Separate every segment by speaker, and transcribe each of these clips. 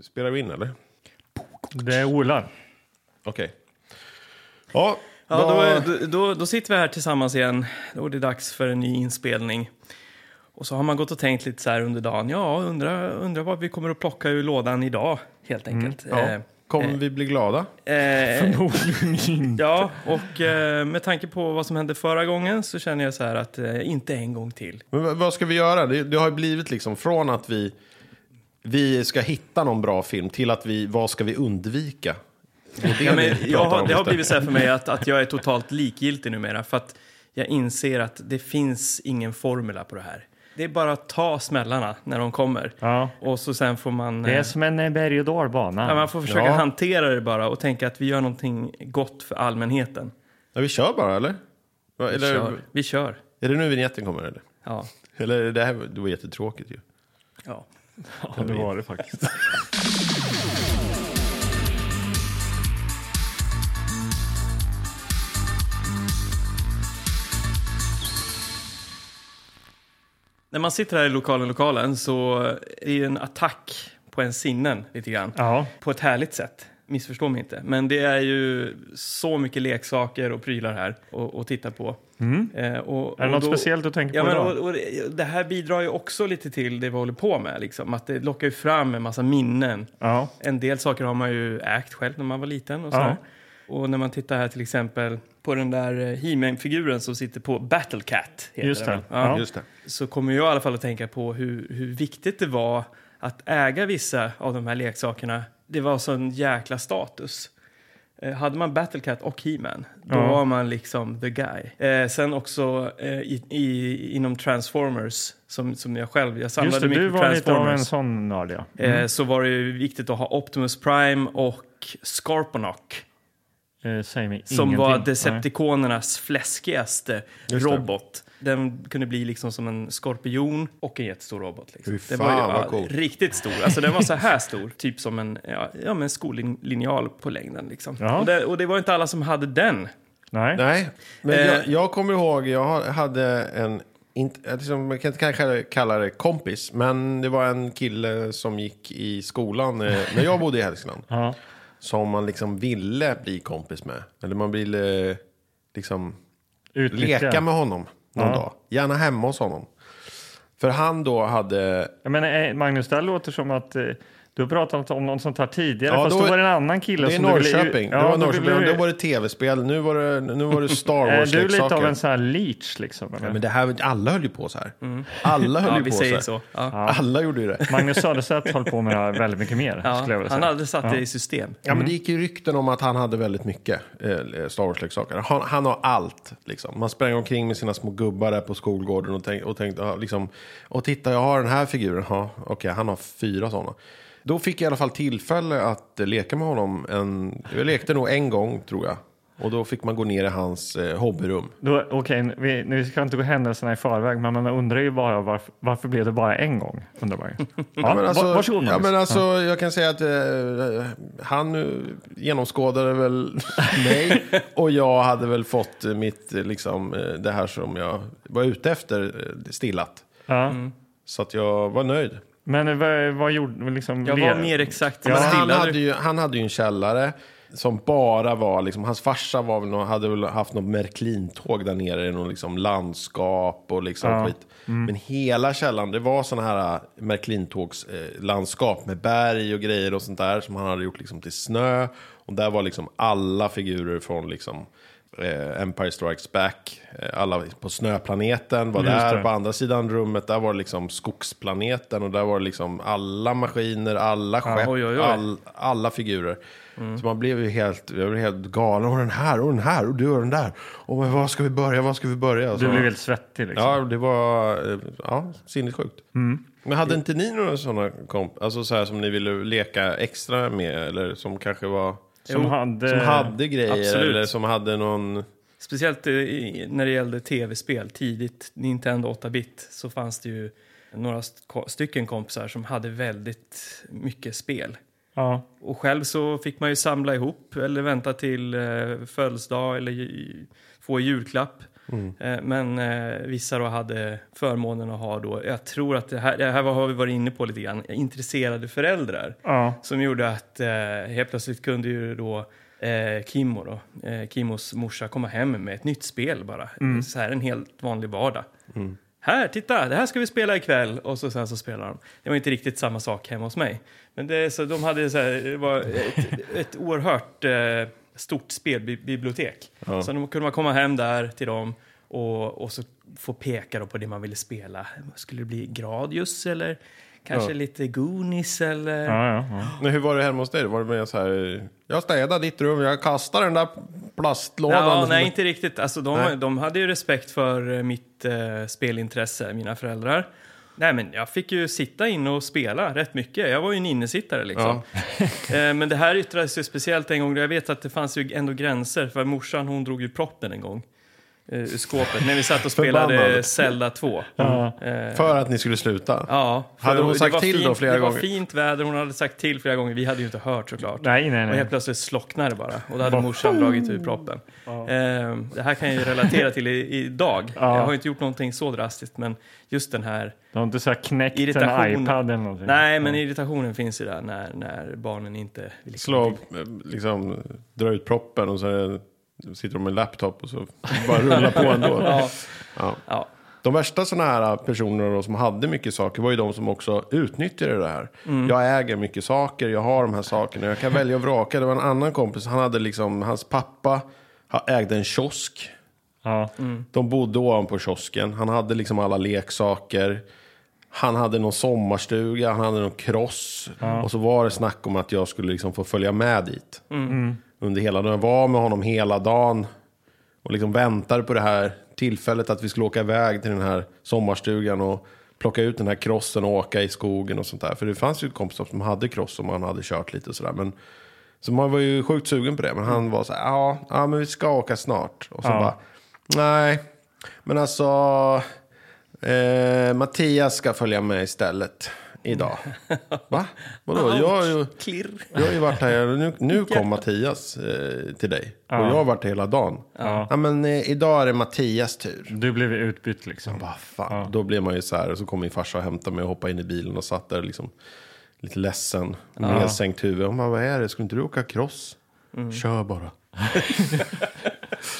Speaker 1: Spelar vi in eller?
Speaker 2: Det är Ola.
Speaker 1: Okej. Ja,
Speaker 3: Ja, då,
Speaker 1: vad-
Speaker 3: är- då, då sitter vi här tillsammans igen. Då är det dags för en ny inspelning. Och så har man gått och tänkt lite så här under dagen. Ja, undrar undra vad vi kommer att plocka ur lådan idag, helt enkelt.
Speaker 1: ja. Kommer vi bli glada?
Speaker 3: Eh, eh, ja, och eh, med tanke på vad som hände förra gången så känner jag så här att eh, inte en gång till.
Speaker 1: Men v- vad ska vi göra? Det, det har ju blivit liksom från att vi, vi ska hitta någon bra film till att vi, vad ska vi undvika? Och det,
Speaker 3: Ja,
Speaker 1: är det
Speaker 3: men
Speaker 1: vi
Speaker 3: jag
Speaker 1: pratar
Speaker 3: har,
Speaker 1: om
Speaker 3: det har
Speaker 1: istället.
Speaker 3: blivit så här för mig att, att jag är totalt likgiltig numera. För att jag inser att det finns ingen formula på det här. Det är bara att ta smällarna när de kommer.
Speaker 2: Ja.
Speaker 3: Och så sen får man...
Speaker 2: Det är
Speaker 3: eh,
Speaker 2: som en eh, berg och dalbana.
Speaker 3: Ja, man får försöka
Speaker 1: Ja.
Speaker 3: hantera det bara och tänka att vi gör någonting gott för allmänheten.
Speaker 1: Ja, vi kör bara eller? Va,
Speaker 3: Vi
Speaker 1: eller
Speaker 3: kör. Vi kör.
Speaker 1: Är det nu vignetten kommer eller?
Speaker 3: Ja.
Speaker 1: Eller är det- det här det var jättetråkigt ju.
Speaker 3: Ja.
Speaker 2: Ja, det var det faktiskt.
Speaker 3: När man sitter här i lokalen, lokalen så är det ju en attack på en sinnen lite grann.
Speaker 2: Ja.
Speaker 3: På ett härligt sätt. Missförstå mig inte. Men det är ju så mycket leksaker och prylar här och, och titta på. Eh, och,
Speaker 2: Mm. Är det
Speaker 3: och
Speaker 2: något
Speaker 3: då-
Speaker 2: speciellt du tänker
Speaker 3: Ja,
Speaker 2: på
Speaker 3: men, och,
Speaker 2: idag?
Speaker 3: och det- det här bidrar ju också lite till det vi håller på med. Liksom. Att det lockar ju fram en massa minnen.
Speaker 2: Ja.
Speaker 3: En del saker har man ju ägt själv när man var liten. Och,
Speaker 2: Ja.
Speaker 3: sådär. och när man tittar här till exempel på den där eh, He-Man-figuren som sitter på Battlecat. heter
Speaker 2: Just
Speaker 3: den,
Speaker 2: det.
Speaker 3: va? Ja.
Speaker 2: Ja.
Speaker 1: Just det.
Speaker 3: Så kommer jag i alla fall att tänka på hur, hur viktigt det var att äga vissa av de här leksakerna. Det var sån jäkla status. Eh, Hade man Battlecat och He-Man, då
Speaker 2: Ja.
Speaker 3: var man liksom the guy. Eh, sen också eh, i, i, inom Transformers, som, som jag själv, jag samlade
Speaker 2: Just det,
Speaker 3: mycket
Speaker 2: du
Speaker 3: på
Speaker 2: var lite av
Speaker 3: Transformers.
Speaker 2: en sån nörd ja.
Speaker 3: Eh,
Speaker 1: Mm.
Speaker 3: så var det ju viktigt att ha Optimus Prime och Scorponok
Speaker 2: Eh, Säg mig
Speaker 3: som
Speaker 2: ingenting.
Speaker 3: var Decepticonernas fläskigaste
Speaker 1: Just det.
Speaker 3: robot. Den kunde bli liksom som en skorpion och en jättestor robot. Liksom.
Speaker 1: Fy
Speaker 3: Den
Speaker 1: fan,
Speaker 3: var
Speaker 1: vad coolt.
Speaker 3: riktigt stor. Alltså, den var så här stor, typ som en, ja, ja, men en skollinjal på längden. Liksom.
Speaker 2: Ja.
Speaker 3: Och, det, och det var inte alla som hade den.
Speaker 2: Nej. Nej.
Speaker 1: Nej, men
Speaker 3: Eh.
Speaker 1: jag, jag kommer ihåg, jag har- hade en, inte, jag liksom, jag kan inte kanske kalla det kompis, men det var en kille som gick i skolan eh, när jag bodde i Hälsingland.
Speaker 2: Ja.
Speaker 1: Som man liksom ville bli kompis med. Eller man ville eh, liksom
Speaker 2: Utnyttja.
Speaker 1: leka med honom någon
Speaker 2: Ja.
Speaker 1: dag. Gärna hemma hos honom. För han då hade,
Speaker 2: Jag menar, eh, Magnus, det här låter som att eh, du har pratat om något sånt här tidigare.
Speaker 1: Ja,
Speaker 2: fast
Speaker 1: då-
Speaker 2: då var det en annan kille
Speaker 1: det är
Speaker 2: som du ville...
Speaker 1: Norrköping, det var
Speaker 2: då
Speaker 1: Norrköping,
Speaker 2: ville du-
Speaker 1: då var det tv-spel, nu var det, nu var det Star
Speaker 2: Är du lite av
Speaker 1: Wars-leksaker.
Speaker 2: en sån här leech liksom? Eller?
Speaker 1: Ja, men det här, alla höll ju på så här. Alla höll
Speaker 3: Mm. Ja,
Speaker 1: ju
Speaker 3: vi
Speaker 1: på
Speaker 3: säger
Speaker 1: så. här.
Speaker 3: så. Ja.
Speaker 1: Alla gjorde ju det.
Speaker 2: Magnus Söderstedt höll på med det här väldigt mycket mer.
Speaker 3: Ja,
Speaker 2: skulle jag vilja
Speaker 3: han
Speaker 2: säga.
Speaker 3: hade satt det i system.
Speaker 1: Ja, men det gick ju rykten om att han hade väldigt mycket eh, Star Wars-leksaker. Han, han har allt. Liksom. Man sprang omkring med sina små gubbar där på skolgården och, tänk, och tänkte, ja, liksom, och titta, jag har den här figuren. Ja, Okej, han har fyra sådana. Då fick jag i alla fall tillfälle att eh, leka med honom. En, jag lekte nog en gång, tror jag. Och då fick man gå ner i hans eh, hobbyrum.
Speaker 2: Då, okej, vi, nu ska inte gå händelserna i förväg, men man undrar ju bara varför, varför blev det bara en gång? Undrar man ju. Ja,
Speaker 1: men alltså,
Speaker 2: va- varsågod
Speaker 1: ja,
Speaker 2: Magnus.
Speaker 1: men alltså, Jag kan säga att eh, han eh, genomskådade väl mig och jag hade väl fått eh, mitt, eh, liksom, eh, det här som jag var ute efter eh, stillat.
Speaker 2: ja.
Speaker 3: Mm.
Speaker 1: Så att jag var nöjd.
Speaker 2: Men eh, vad, vad gjorde liksom,
Speaker 3: Jag var
Speaker 2: ler-
Speaker 3: mer exakt.
Speaker 1: Men
Speaker 3: Men
Speaker 1: han,
Speaker 3: stillade-
Speaker 1: hade ju, han hade ju en källare som bara var, liksom, hans farsa var väl, nå- hade väl haft något Märklintåg där nere, någon liksom landskap och liksom
Speaker 2: Ja. Mm.
Speaker 1: skit. Men hela källaren, det var sådana här Märklintågslandskap eh, landskap med berg och grejer och sånt där som han hade gjort liksom till snö. Och där var liksom alla figurer från liksom eh, Empire Strikes Back, eh, alla på snöplaneten var
Speaker 2: Just
Speaker 1: där,
Speaker 2: det.
Speaker 1: på andra sidan rummet, där var det liksom skogsplaneten och där var det liksom alla maskiner, alla skepp,
Speaker 3: oj, oj, oj.
Speaker 1: All, alla figurer. Så man blev ju helt, jag blev helt galen. Och den här, och den här, och du och den där. Och men var ska vi börja, var ska vi börja? Och
Speaker 2: Du
Speaker 1: så-
Speaker 2: blev helt svettig liksom.
Speaker 1: Ja, det var eh, ja, sinnessjukt.
Speaker 3: Mm.
Speaker 1: Men hade inte ni några sådana komp alltså så här som ni ville leka extra med? Eller som kanske var...
Speaker 2: Som, hade,
Speaker 1: Som hade grejer
Speaker 3: absolut.
Speaker 1: eller som hade någon...
Speaker 3: Speciellt eh, i- när det gällde tv-spel tidigt, Nintendo 8-bit, så fanns det ju några st- ko- stycken kompisar som hade väldigt mycket spel.
Speaker 2: Ja.
Speaker 3: Och själv så fick man ju samla ihop eller vänta till eh, födelsedag eller ju- få i julklapp. Eh, Men eh, vissa då hade förmånen att ha då, jag tror att det här, det här har vi varit inne på lite grann, intresserade föräldrar.
Speaker 2: Ja.
Speaker 3: Som gjorde att eh, helt plötsligt kunde ju då eh, Kimmo då, eh, Kimmos morsa komma hem med ett nytt spel bara.
Speaker 1: Mm.
Speaker 3: Så här en helt vanlig vardag. Här, titta, det här ska vi spela ikväll. Och så sen så spelar de. Det var inte riktigt samma sak hemma hos mig. Men det, så de hade så här, det var ett, ett oerhört eh, stort spelbibliotek.
Speaker 1: Ja.
Speaker 3: Så de kunde man komma hem där till dem och, och så få peka då på det man ville spela. Skulle det bli Gradius eller kanske
Speaker 1: Ja.
Speaker 3: lite Goonies eller
Speaker 2: Ja, ja, ja.
Speaker 1: Men hur var det hemma hos dig? Var det mer så här, jag städar ditt rum, jag kastar den där plastlådan.
Speaker 3: Ja, nej, inte riktigt. Alltså,
Speaker 1: Nej.
Speaker 3: de, de hade ju respekt för eh, mitt eh, spelintresse, mina föräldrar. Nej, men jag fick ju sitta inne och spela rätt mycket. Jag var ju en innesittare. Liksom. Eh, men det här yttrades ju speciellt en gång. Jag vet att det fanns ju ändå gränser, för morsan hon drog ju proppen en gång eh, ur skåpet när vi satt och spelade
Speaker 1: Förbannad.
Speaker 3: Zelda 2.
Speaker 2: Ja.
Speaker 3: Eh,
Speaker 1: För att ni skulle sluta?
Speaker 3: Ja, för
Speaker 1: Hade hon
Speaker 3: det
Speaker 1: sagt
Speaker 3: var
Speaker 1: till då
Speaker 3: fint,
Speaker 1: flera
Speaker 3: det
Speaker 1: gånger?
Speaker 3: var fint väder, hon hade sagt till flera gånger. Vi hade ju inte hört såklart.
Speaker 2: Nej, nej,
Speaker 3: Och
Speaker 2: nej.
Speaker 3: helt plötsligt slocknade det bara. Och då hade morsan dragit ur proppen. Ehm, det här kan jag ju relatera till i- idag.
Speaker 2: Ja.
Speaker 3: Jag har ju inte gjort någonting så drastiskt, men just den här...
Speaker 2: Du har inte så här knäckt
Speaker 3: Irritation.
Speaker 2: en iPad eller någonting?
Speaker 3: Nej, men irritationen finns ju där när, när barnen inte... Liksom,
Speaker 1: Slå, eh, liksom, dra ut proppen och så är det- sitter de med en laptop och så bara rullar på ändå.
Speaker 3: Ja,
Speaker 1: Ja.
Speaker 3: ja.
Speaker 1: De värsta sådana här personerna då, som hade mycket saker var ju de som också utnyttjade det här. Jag äger mycket saker, jag har de här sakerna, jag kan välja och vraka. Det var en annan kompis, han hade liksom, hans pappa ha- ägde en kiosk.
Speaker 2: Ja.
Speaker 3: Mm.
Speaker 1: De bodde ovanpå kiosken, han hade liksom alla leksaker. Han hade någon sommarstuga, han hade någon cross. Och så var det snack om att jag skulle liksom få följa med dit. Under hela dagen. Jag var med honom hela dagen. Och liksom väntade på det här tillfället att vi skulle åka iväg till den här sommarstugan. Och plocka ut den här crossen och åka i skogen och sånt där. För det fanns ju kompisar som hade cross som han hade kört lite och sådär. Men, så man var ju sjukt sugen på det. Men han var så här, ja, ja men vi ska åka snart. Och så bara, nej. Men alltså, Eh, Mattias ska följa med istället idag. Va? Vadå? Jag har ju,
Speaker 3: Klirr.
Speaker 1: jag har ju varit här, nu, nu kom Mattias eh, till dig. Och jag har varit här hela dagen. Ja. men eh, idag är det Mattias tur.
Speaker 2: Du blev utbytt liksom.
Speaker 1: Vad fan, då blir man ju så här. Och så kom min farsa och hämtade mig och hoppade in i bilen och satt där liksom lite ledsen. Nedsänkt huvud. Hon bara, vad är det? Skulle inte du åka cross? Kör bara.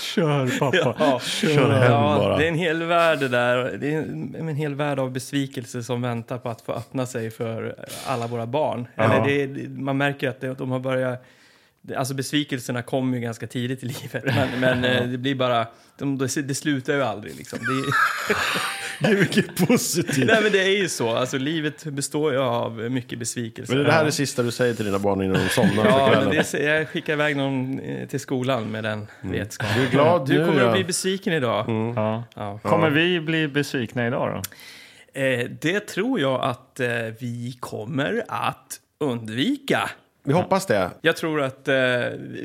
Speaker 2: Kör pappa.
Speaker 3: Ja.
Speaker 1: Kör hem
Speaker 3: Ja,
Speaker 1: bara.
Speaker 3: det är en hel värld det där. Det är en, en hel värld av besvikelse som väntar på att få öppna sig för alla våra barn. Eller det, det- man märker ju att det, de har börjat... det- Alltså besvikelserna kommer ju ganska tidigt i livet, men, men eh, det blir bara... De, det, det slutar ju aldrig liksom. Det,
Speaker 1: Det är mycket positivt.
Speaker 3: nej men det är ju så, alltså livet består ju av mycket besvikelser.
Speaker 1: Men är det här det sista du säger till dina barn innan de somnar för
Speaker 3: Ja,
Speaker 1: kvällen?
Speaker 3: men det, jag skickar iväg någon eh, till skolan med den vetskapen.
Speaker 1: Du är glad nu
Speaker 3: Du kommer
Speaker 1: Mm. ja.
Speaker 3: att bli besviken idag.
Speaker 1: Mm.
Speaker 2: Ja.
Speaker 3: Ja.
Speaker 2: Kommer vi bli besvikna idag då?
Speaker 3: Eh, det tror jag att eh, vi kommer att undvika.
Speaker 1: Vi hoppas det.
Speaker 3: Jag tror att eh,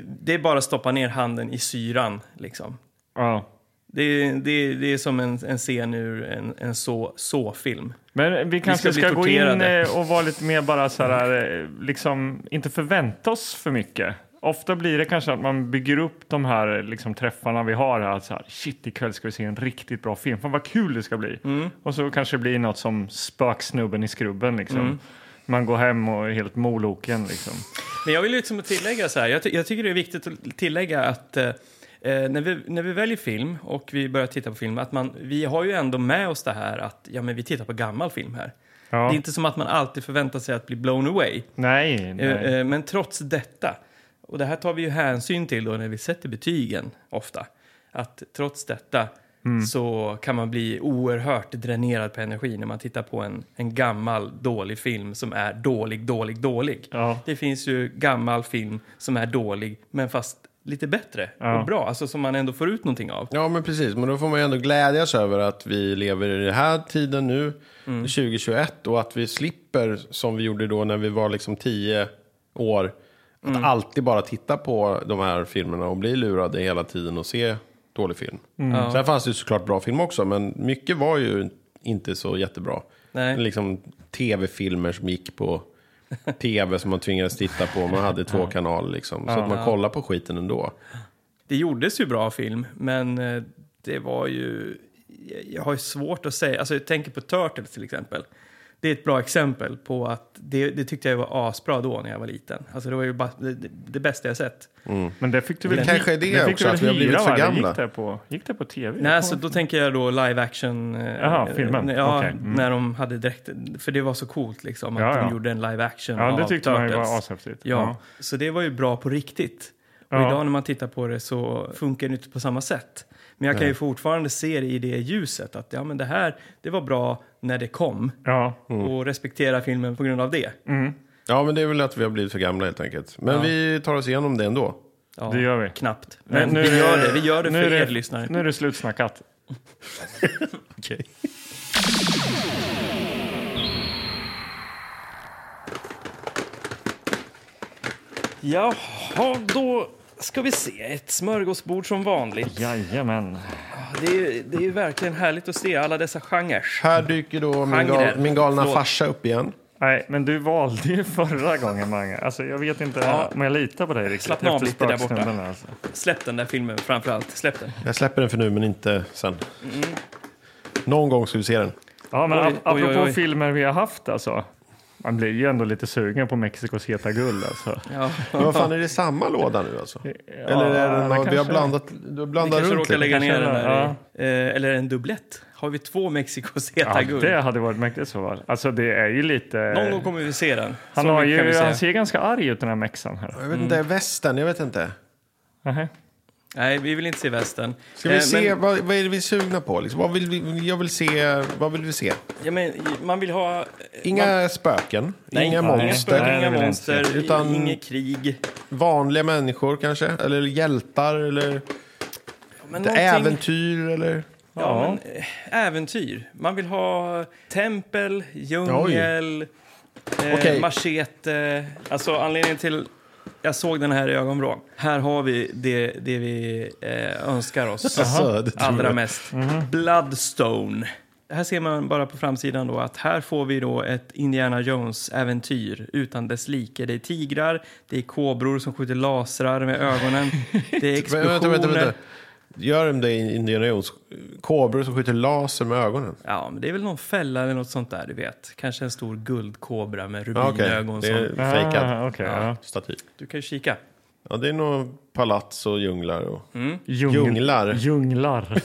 Speaker 3: det är bara att stoppa ner handen i syran. Liksom.
Speaker 2: Ja.
Speaker 3: Det, är- det, är- det är som en, en scen ur en, en så- så-film.
Speaker 2: Men vi kanske
Speaker 3: ska
Speaker 2: ska,
Speaker 3: bli
Speaker 2: gå in
Speaker 3: torterade.
Speaker 2: eh, och vara lite mer bara så här, eh, liksom inte förvänta oss för mycket. Ofta blir det kanske att man bygger upp de här eh, liksom, träffarna vi har här. Så här Shit, ikväll ska vi se en riktigt bra film. Fan vad kul det ska bli.
Speaker 1: Mm.
Speaker 2: Och så kanske det blir något som spöksnubben i skrubben liksom.
Speaker 1: Mm.
Speaker 2: Man går hem och är helt moloken liksom.
Speaker 3: Men jag vill liksom tillägga så här, jag, ty- jag tycker det är viktigt att tillägga att eh, eh, när, vi, när vi väljer film och vi börjar titta på film, att man, vi har ju ändå med oss det här att ja, men vi tittar på gammal film här.
Speaker 2: Ja.
Speaker 3: Det är inte som att man alltid förväntar sig att bli blown away.
Speaker 2: Nej,
Speaker 3: Eh,
Speaker 2: nej.
Speaker 3: eh, Men trots detta, och det här tar vi ju hänsyn till då när vi sätter betygen ofta, att trots detta
Speaker 2: Mm.
Speaker 3: så kan man bli oerhört dränerad på energi när man tittar på en, en gammal dålig film som är dålig, dålig, dålig.
Speaker 2: Ja.
Speaker 3: Det finns ju gammal film som är dålig, men fast lite bättre
Speaker 2: Ja.
Speaker 3: och bra, alltså som man ändå får ut någonting av.
Speaker 1: Ja, men precis. Men då får man ju ändå glädjas över att vi lever i den här tiden nu,
Speaker 3: Mm.
Speaker 1: 2021, och att vi slipper, som vi gjorde då när vi var liksom 10 år, att
Speaker 3: Mm.
Speaker 1: alltid bara titta på de här filmerna och bli lurade hela tiden och se dålig film.
Speaker 3: Mm.
Speaker 1: Sen fanns det ju såklart bra film också, men mycket var ju inte så jättebra.
Speaker 3: Nej.
Speaker 1: Liksom tv-filmer som gick på tv som man tvingades titta på. Man hade två kanaler liksom. Så att man kollar på skiten ändå.
Speaker 3: Det gjordes ju bra film, men eh, det var ju... Jag har ju svårt att säga. Alltså, jag tänker på Turtles till exempel. Det är ett bra exempel på att det, det tyckte jag var asbra då när jag var liten. Alltså det var ju bara, det, det- det bästa jag sett.
Speaker 2: Men det fick du väl
Speaker 1: Det kanske är
Speaker 2: hy-
Speaker 1: det
Speaker 2: fick du
Speaker 1: också,
Speaker 2: väl
Speaker 1: att vi har blivit
Speaker 2: hyra,
Speaker 1: för
Speaker 2: va? Eller
Speaker 1: gamla.
Speaker 2: Gick det på, gick det på tv?
Speaker 3: Nej, alltså, då tänker jag då live action. eh,
Speaker 2: Jaha, filmen.
Speaker 3: eh, Ja,
Speaker 2: Okej, mm.
Speaker 3: när de hade direkt. För det var så coolt liksom att
Speaker 2: Ja, ja.
Speaker 3: de gjorde en live action
Speaker 2: ja,
Speaker 3: av
Speaker 2: det tyckte man
Speaker 3: Turtles.
Speaker 2: ju var ashäftigt.
Speaker 3: Ja, så det var ju bra på riktigt. Och
Speaker 2: Ja.
Speaker 3: idag när man tittar på det så funkar det inte på samma sätt. Men jag kan ju fortfarande se det i det ljuset att ja, men det här, det var bra när det kom.
Speaker 2: Ja.
Speaker 3: Och respektera filmen på grund av det.
Speaker 1: Ja, men det är väl att vi har blivit för gamla helt enkelt. Men vi tar oss igenom det ändå.
Speaker 3: Ja,
Speaker 2: Det gör vi.
Speaker 3: Knappt.
Speaker 2: Nej,
Speaker 3: Men vi gör det, vi gör det
Speaker 2: nu är
Speaker 3: för er lyssnare.
Speaker 2: Nu är det slutsnackat.
Speaker 3: Jaha, då ska vi se. Ett smörgåsbord som vanligt.
Speaker 2: Jajamän.
Speaker 3: Det är, ju- det är ju verkligen härligt att se alla dessa genrer.
Speaker 1: Här dyker då min,
Speaker 3: Mm. Genre.
Speaker 1: gal, min galna
Speaker 3: Förlåt.
Speaker 1: farsa upp igen.
Speaker 2: Nej, men du valde ju förra gången, Mange. Alltså, jag vet inte
Speaker 3: Ja.
Speaker 2: om jag litar på dig riktigt.
Speaker 3: Slappna av
Speaker 2: efter
Speaker 3: lite där borta.
Speaker 2: spökstunderna, Alltså.
Speaker 3: Släpp den där filmen framför allt. Släpp den.
Speaker 1: Jag släpper den för nu, men inte sen.
Speaker 3: Mm.
Speaker 1: Någon gång ska vi se den.
Speaker 2: Ja, men
Speaker 3: Oj,
Speaker 2: ap-
Speaker 3: oj,
Speaker 2: apropå
Speaker 3: oj, oj.
Speaker 2: filmer vi har haft alltså. Man blir ju ändå lite sugen på Mexikos heta guld alltså.
Speaker 3: Ja.
Speaker 1: Men vad fan, är det samma låda nu alltså? Eller är det någon, vi har blandat, du har
Speaker 3: Vi
Speaker 1: blandat
Speaker 3: kanske
Speaker 1: runt
Speaker 3: råkar
Speaker 1: lite.
Speaker 3: lägga
Speaker 2: Kanske
Speaker 3: ner den
Speaker 2: det,
Speaker 3: där. i- eh, Eller en dubblett. Har vi två Mexikos heta
Speaker 2: Ja,
Speaker 3: guld?
Speaker 2: det hade varit mäktigt så fall. Alltså det är ju lite...
Speaker 3: Någon gång kommer vi se den.
Speaker 2: han,
Speaker 3: Så
Speaker 2: har
Speaker 3: mycket kan vi
Speaker 2: ju,
Speaker 3: säga.
Speaker 2: han ser ganska arg ut den här mexan här.
Speaker 1: Jag vet inte,
Speaker 3: Mm.
Speaker 1: västen, jag vet inte.
Speaker 2: Nähä.
Speaker 3: Nej, vi vill inte se västen.
Speaker 1: Ska vi
Speaker 3: Eh,
Speaker 1: se,
Speaker 3: Men,
Speaker 1: vad, vad är det vi är sugna på? Liksom? Vad, vill vi, jag vill se, vad vill vi se?
Speaker 3: ja, men, man vill ha... eh,
Speaker 1: Inga spöken,
Speaker 3: Nej,
Speaker 1: inga
Speaker 3: inga
Speaker 1: monster,
Speaker 3: spöken,
Speaker 2: Nej, det
Speaker 3: Inga
Speaker 2: vill jag inte se.
Speaker 3: monster,
Speaker 1: Utan-
Speaker 3: inget krig.
Speaker 1: vanliga människor kanske? Eller hjältar, eller
Speaker 3: Men
Speaker 1: äventyr, eller?
Speaker 3: Ja, men, eh, äventyr. Man vill ha tempel, djungel, eh,
Speaker 1: Okej.
Speaker 3: machete. Alltså anledningen till jag såg den här i ögonvrån. Här har vi det, det vi eh, önskar oss
Speaker 1: Alltså, det tror
Speaker 3: allra
Speaker 1: jag. Mhm.
Speaker 3: mest. Bloodstone. Här ser man bara på framsidan då att här får vi då ett Indiana Jones-äventyr utan dess like. Det är tigrar, det är kobror som skjuter lasrar med ögonen, det är
Speaker 1: Vänta,
Speaker 3: explosioner.
Speaker 1: vänta, vänta, vänta. Gör de det i Indiana Jones? Kobror som skjuter laser med ögonen?
Speaker 3: Ja, men det är väl någon fälla eller något sånt där, du vet. Kanske en stor guldkobra med
Speaker 1: Ja, Okej,
Speaker 3: rubinögon.
Speaker 1: det är
Speaker 3: som...
Speaker 1: fejkad
Speaker 2: Ah, okej, ja.
Speaker 1: staty.
Speaker 3: Du kan ju kika.
Speaker 1: Ja, det är nog palats och djunglar. Och...
Speaker 3: Mm.
Speaker 2: Djungel-
Speaker 1: Djunglar.
Speaker 2: Djunglar.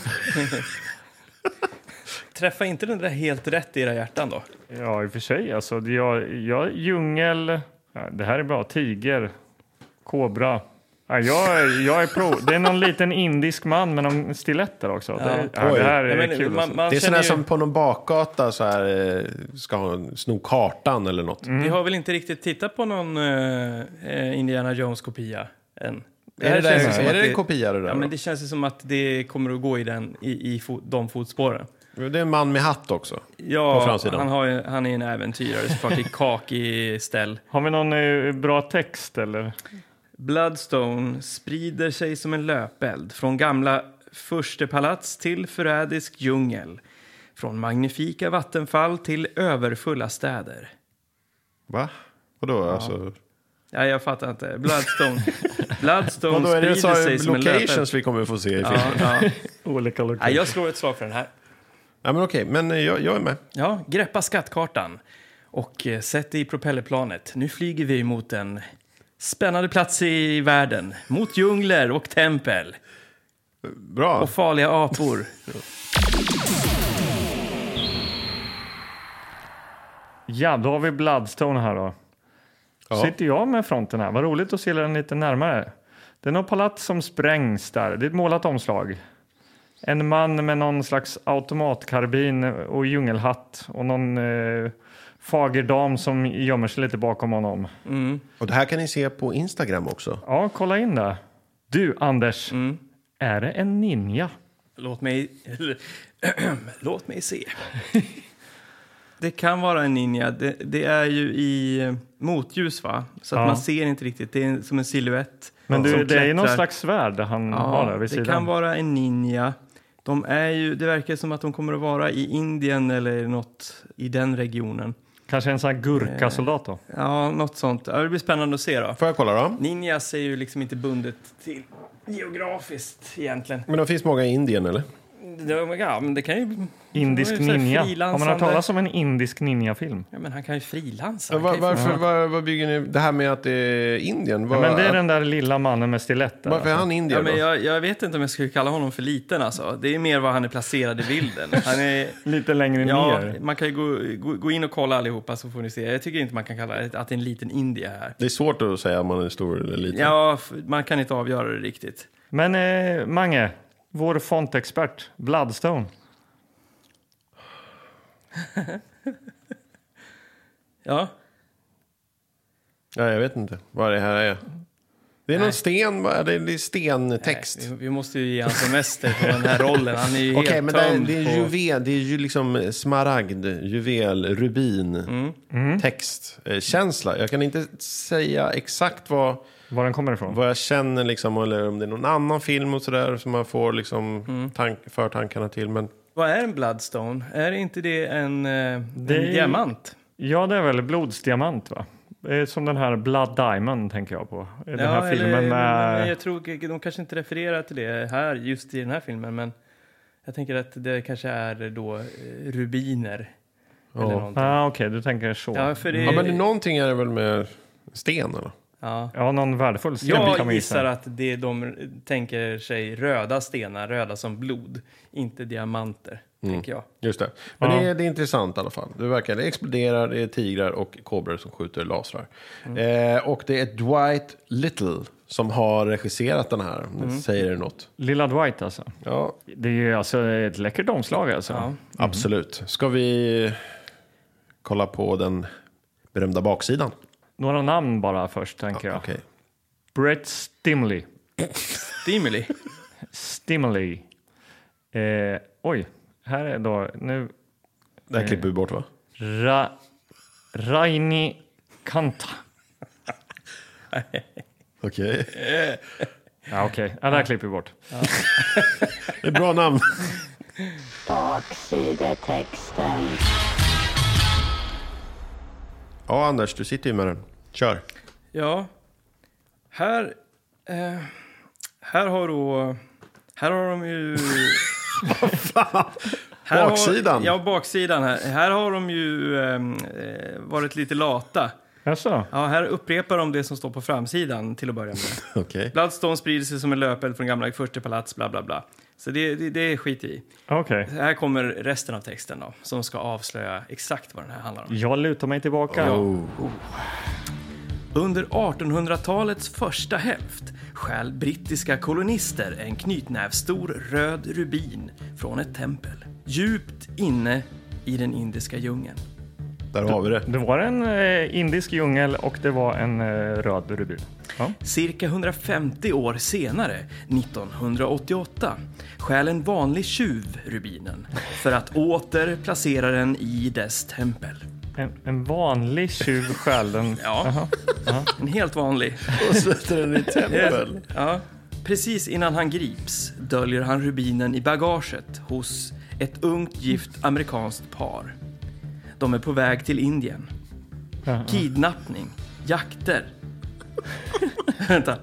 Speaker 3: Träffa inte den där helt rätt i era hjärtan då.
Speaker 2: Ja, i och för sig. Alltså, det- jag, jag, djungel... Ja, Det här är bra. Tiger. Kobra. Ja, jag, jag är pro. Det är någon liten indisk man med någon stiletter också. Det, ja,
Speaker 1: Oj.
Speaker 2: det här är
Speaker 3: Jag menar,
Speaker 2: kul.
Speaker 3: man,
Speaker 2: alltså.
Speaker 3: man
Speaker 1: Det är sådana
Speaker 3: känner
Speaker 1: här
Speaker 3: ju,
Speaker 1: som på någon bakgata så här, eh, ska ha en- sno kartan eller något.
Speaker 2: Mm.
Speaker 3: Vi har väl inte riktigt tittat på någon eh, eh, Indiana Jones-kopia än.
Speaker 1: Är det,
Speaker 3: här känns
Speaker 1: där,
Speaker 3: ju som
Speaker 1: är
Speaker 3: att
Speaker 1: det en kopia det där?
Speaker 3: Ja, men det känns ju som att det kommer att gå i, den, i, i fo, de fotspåren.
Speaker 1: det... är en man med hatt också. På
Speaker 3: Ja,
Speaker 1: framsidan.
Speaker 3: han, har ju, han är en äventyrare såklart i kakig ställ.
Speaker 2: Har vi någon eh, bra text eller?
Speaker 3: Bloodstone sprider sig som en löpeld från gamla furstepalats till förrädisk djungel. Från magnifika vattenfall till överfulla städer.
Speaker 1: Va? Vadå? Alltså...
Speaker 3: Ja, jag fattar inte. Bloodstone, Bloodstone
Speaker 1: Vadå, är det så
Speaker 3: sprider sig
Speaker 1: här
Speaker 3: som en löpeld.
Speaker 1: locations vi kommer få se i filmen?
Speaker 3: Ja, ja.
Speaker 2: Olika
Speaker 3: Nej,
Speaker 2: lokaler.
Speaker 3: jag slår ett slag för den här.
Speaker 1: Ja, men okej, men eh, jag, jag är med.
Speaker 3: Ja, greppa skattkartan och eh, sätt dig i propellerplanet. Nu flyger vi mot en spännande plats i världen. Mot djungler och tempel
Speaker 1: Bra.
Speaker 3: och farliga apor.
Speaker 2: Ja, då har vi Bloodstone här då.
Speaker 1: Ja.
Speaker 2: Sitter jag med fronten här? Vad roligt att se den lite närmare. Det är något palats som sprängs där. Det är ett målat omslag. En man med någon slags automatkarbin och djungelhatt och någon eh, fager dam som gömmer sig lite bakom honom.
Speaker 1: Och det här kan ni se på Instagram också.
Speaker 2: Ja, kolla in det. Du, Anders.
Speaker 3: Mm.
Speaker 2: Är det en ninja?
Speaker 3: Låt mig... Låt mig se. Det kan vara en ninja. Det, det är ju i eh, motljus, va? Så att
Speaker 2: Ja.
Speaker 3: man ser inte riktigt. Det är en- som en silhuett.
Speaker 2: Men du,
Speaker 3: som
Speaker 2: det är ju
Speaker 3: klättrar.
Speaker 2: någon slags svärd han har där
Speaker 3: Ja,
Speaker 2: vid
Speaker 3: det
Speaker 2: sidan.
Speaker 3: kan vara en ninja. De är ju, det verkar som att de kommer att vara i Indien eller något i den regionen.
Speaker 2: Kanske en sån här gurkasoldat
Speaker 3: Eh,
Speaker 2: då?
Speaker 3: Ja, något sånt. Ja, Det blir spännande att se då.
Speaker 1: Får jag kolla då?
Speaker 3: Ninjas är ju liksom inte bundet till geografiskt egentligen.
Speaker 1: Men det finns många i Indien eller?
Speaker 3: Det, ja, men det kan ju...
Speaker 2: Indisk
Speaker 3: det var ju så här
Speaker 2: ninja. Har
Speaker 3: frilansande-
Speaker 2: man hört talas om en indisk ninja-film?
Speaker 3: Ja, men han kan ju frilansa.
Speaker 1: Ja,
Speaker 3: Han kan
Speaker 1: var,
Speaker 3: ju-
Speaker 1: varför, var, vad bygger ni det här med att det är Indien? Var,
Speaker 2: Men det är den där lilla mannen med stiletten.
Speaker 1: Varför är
Speaker 2: alltså.
Speaker 1: han indier
Speaker 3: Ja, men
Speaker 1: då?
Speaker 3: jag, jag vet inte om jag skulle kalla honom för liten. Alltså. Det är mer var han är placerad i bilden. Han är,
Speaker 2: Lite längre
Speaker 3: ja,
Speaker 2: ner.
Speaker 3: man kan ju gå, gå, gå in och kolla allihopa så får ni se. Jag tycker inte man kan kalla det att det är en liten India här.
Speaker 1: Det är svårt att säga om man är stor eller liten.
Speaker 3: Ja, f- man kan inte avgöra det riktigt.
Speaker 2: Men eh, Mange, vår fontexpert, Bloodstone.
Speaker 3: Ja,
Speaker 1: Ja, jag vet inte vad det här är. Det är någon sten, va? det är det är stentext.
Speaker 3: Nej, vi, vi måste ju ge han semester på den här rollen. Han är ju helt
Speaker 1: Okej, men det är,
Speaker 3: tömd
Speaker 1: det är
Speaker 3: på...
Speaker 1: juvel, det är ju liksom smaragd, juvel, rubin,
Speaker 3: Mm.
Speaker 2: Mm.
Speaker 1: text, eh, känsla. Jag kan inte säga exakt vad,
Speaker 2: Var den kommer ifrån?
Speaker 1: vad jag känner liksom, eller om det är någon annan film och sådär som man får liksom
Speaker 3: Mm.
Speaker 1: tank, förtankarna till. Men
Speaker 3: Vad är en Bloodstone? Är inte det en, eh,
Speaker 2: Det
Speaker 3: en
Speaker 2: är-
Speaker 3: diamant?
Speaker 2: Ja, det är väl blodsdiamant, va? Eh, Som den här Blood Diamond tänker jag på. Eh, Den här filmen
Speaker 3: eller,
Speaker 2: med...
Speaker 3: men jag tror, de kanske inte refererar till det här just i den här filmen, men jag tänker att det kanske är då eh, rubiner. Eller
Speaker 1: Ja.
Speaker 3: någonting.
Speaker 2: ah, Okej, du tänker så.
Speaker 3: Ja, för det,
Speaker 1: Ja, men det, någonting är det väl med sten eller?
Speaker 3: ja.
Speaker 2: Ja, någon värdefull sten kan
Speaker 3: Jag
Speaker 2: man
Speaker 3: gissar
Speaker 2: gissa.
Speaker 3: att det de tänker sig röda stenar, röda som blod, inte diamanter,
Speaker 2: Mm.
Speaker 3: tänker jag.
Speaker 1: Just det. Men
Speaker 2: Ja.
Speaker 1: det, är, det är intressant i alla fall. Det verkar, det exploderar, det är tigrar och kobror som skjuter lasrar. Eh, och det är Dwight Little som har regisserat den här. om Det säger det något.
Speaker 2: Lilla Dwight alltså.
Speaker 1: Mm. Ja,
Speaker 2: Det är ju alltså ett läckert omslag alltså.
Speaker 3: Ja.
Speaker 1: absolut. Ska vi kolla på den berömda baksidan?
Speaker 2: Några namn bara först tänker jag.
Speaker 1: Okej.
Speaker 2: Brett Stimley.
Speaker 3: Stimuli.
Speaker 2: Stimley. Eh, oj, här är då nu
Speaker 1: Det här klipper vi bort va?
Speaker 2: Ra, Raini Kanta.
Speaker 1: Okej.
Speaker 2: Ja, Okej, ja, det här klipper vi bort.
Speaker 1: Det är ett bra namn.
Speaker 4: Baksidetexten.
Speaker 1: Ja, Anders, du sitter ju med den. Kör.
Speaker 3: Ja, här... Eh, här har då... Här har de ju... Här har-
Speaker 1: Baksidan.
Speaker 3: ja, baksidan här. Här har de ju ehm, eh, varit lite lata.
Speaker 2: Jaså?
Speaker 3: Ja, här upprepar de det som står på framsidan till att börja med.
Speaker 1: Okej.
Speaker 3: Bloodstone sprider sig som en löpeld från gamla furstepalats, bla bla bla. Så det, det, det skiter vi i.
Speaker 2: Okej.
Speaker 3: Här kommer resten av texten då, som ska avslöja exakt vad den här handlar om.
Speaker 2: Jag lutar mig tillbaka.
Speaker 1: Oh,
Speaker 3: Under 1800-talets första hälft stjäl brittiska kolonister en knytnävstor röd rubin från ett tempel djupt inne i den indiska djungeln.
Speaker 1: Där har vi det.
Speaker 2: Det var en eh, indisk djungel och det var en eh, röd rubin. Ja.
Speaker 3: Cirka 150 år senare, 1988, stjäl en vanlig tjuv rubinen för att åter placera den i dess tempel.
Speaker 2: En, en vanlig tjuv stjäl den.
Speaker 3: Ja, en helt vanlig.
Speaker 1: Och sätter den i tempel.
Speaker 3: Ja. Precis innan han grips döljer han rubinen i bagaget hos ett ungt gift amerikanskt par. De är på väg till Indien. Kidnappning, jakter. Vänta.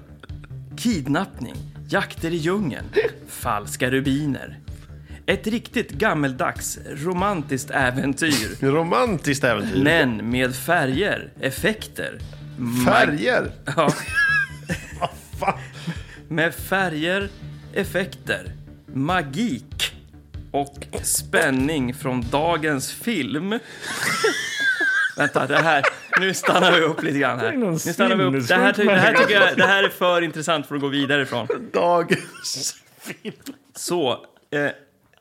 Speaker 3: Kidnappning, jakter i djungeln, falska rubiner. Ett riktigt gammeldags romantiskt äventyr,
Speaker 1: Romantiskt äventyr.
Speaker 3: men med färger, effekter,
Speaker 1: Färger.
Speaker 3: Ja. Med färger, effekter, magik och spänning från dagens film. Vänta, det här... Nu stannar vi upp lite grann här.
Speaker 2: är någon
Speaker 3: Nu stannar vi upp. Det här, ty- det här tycker jag det här är för intressant för att gå vidare ifrån.
Speaker 1: Dagens.
Speaker 3: Så, eh,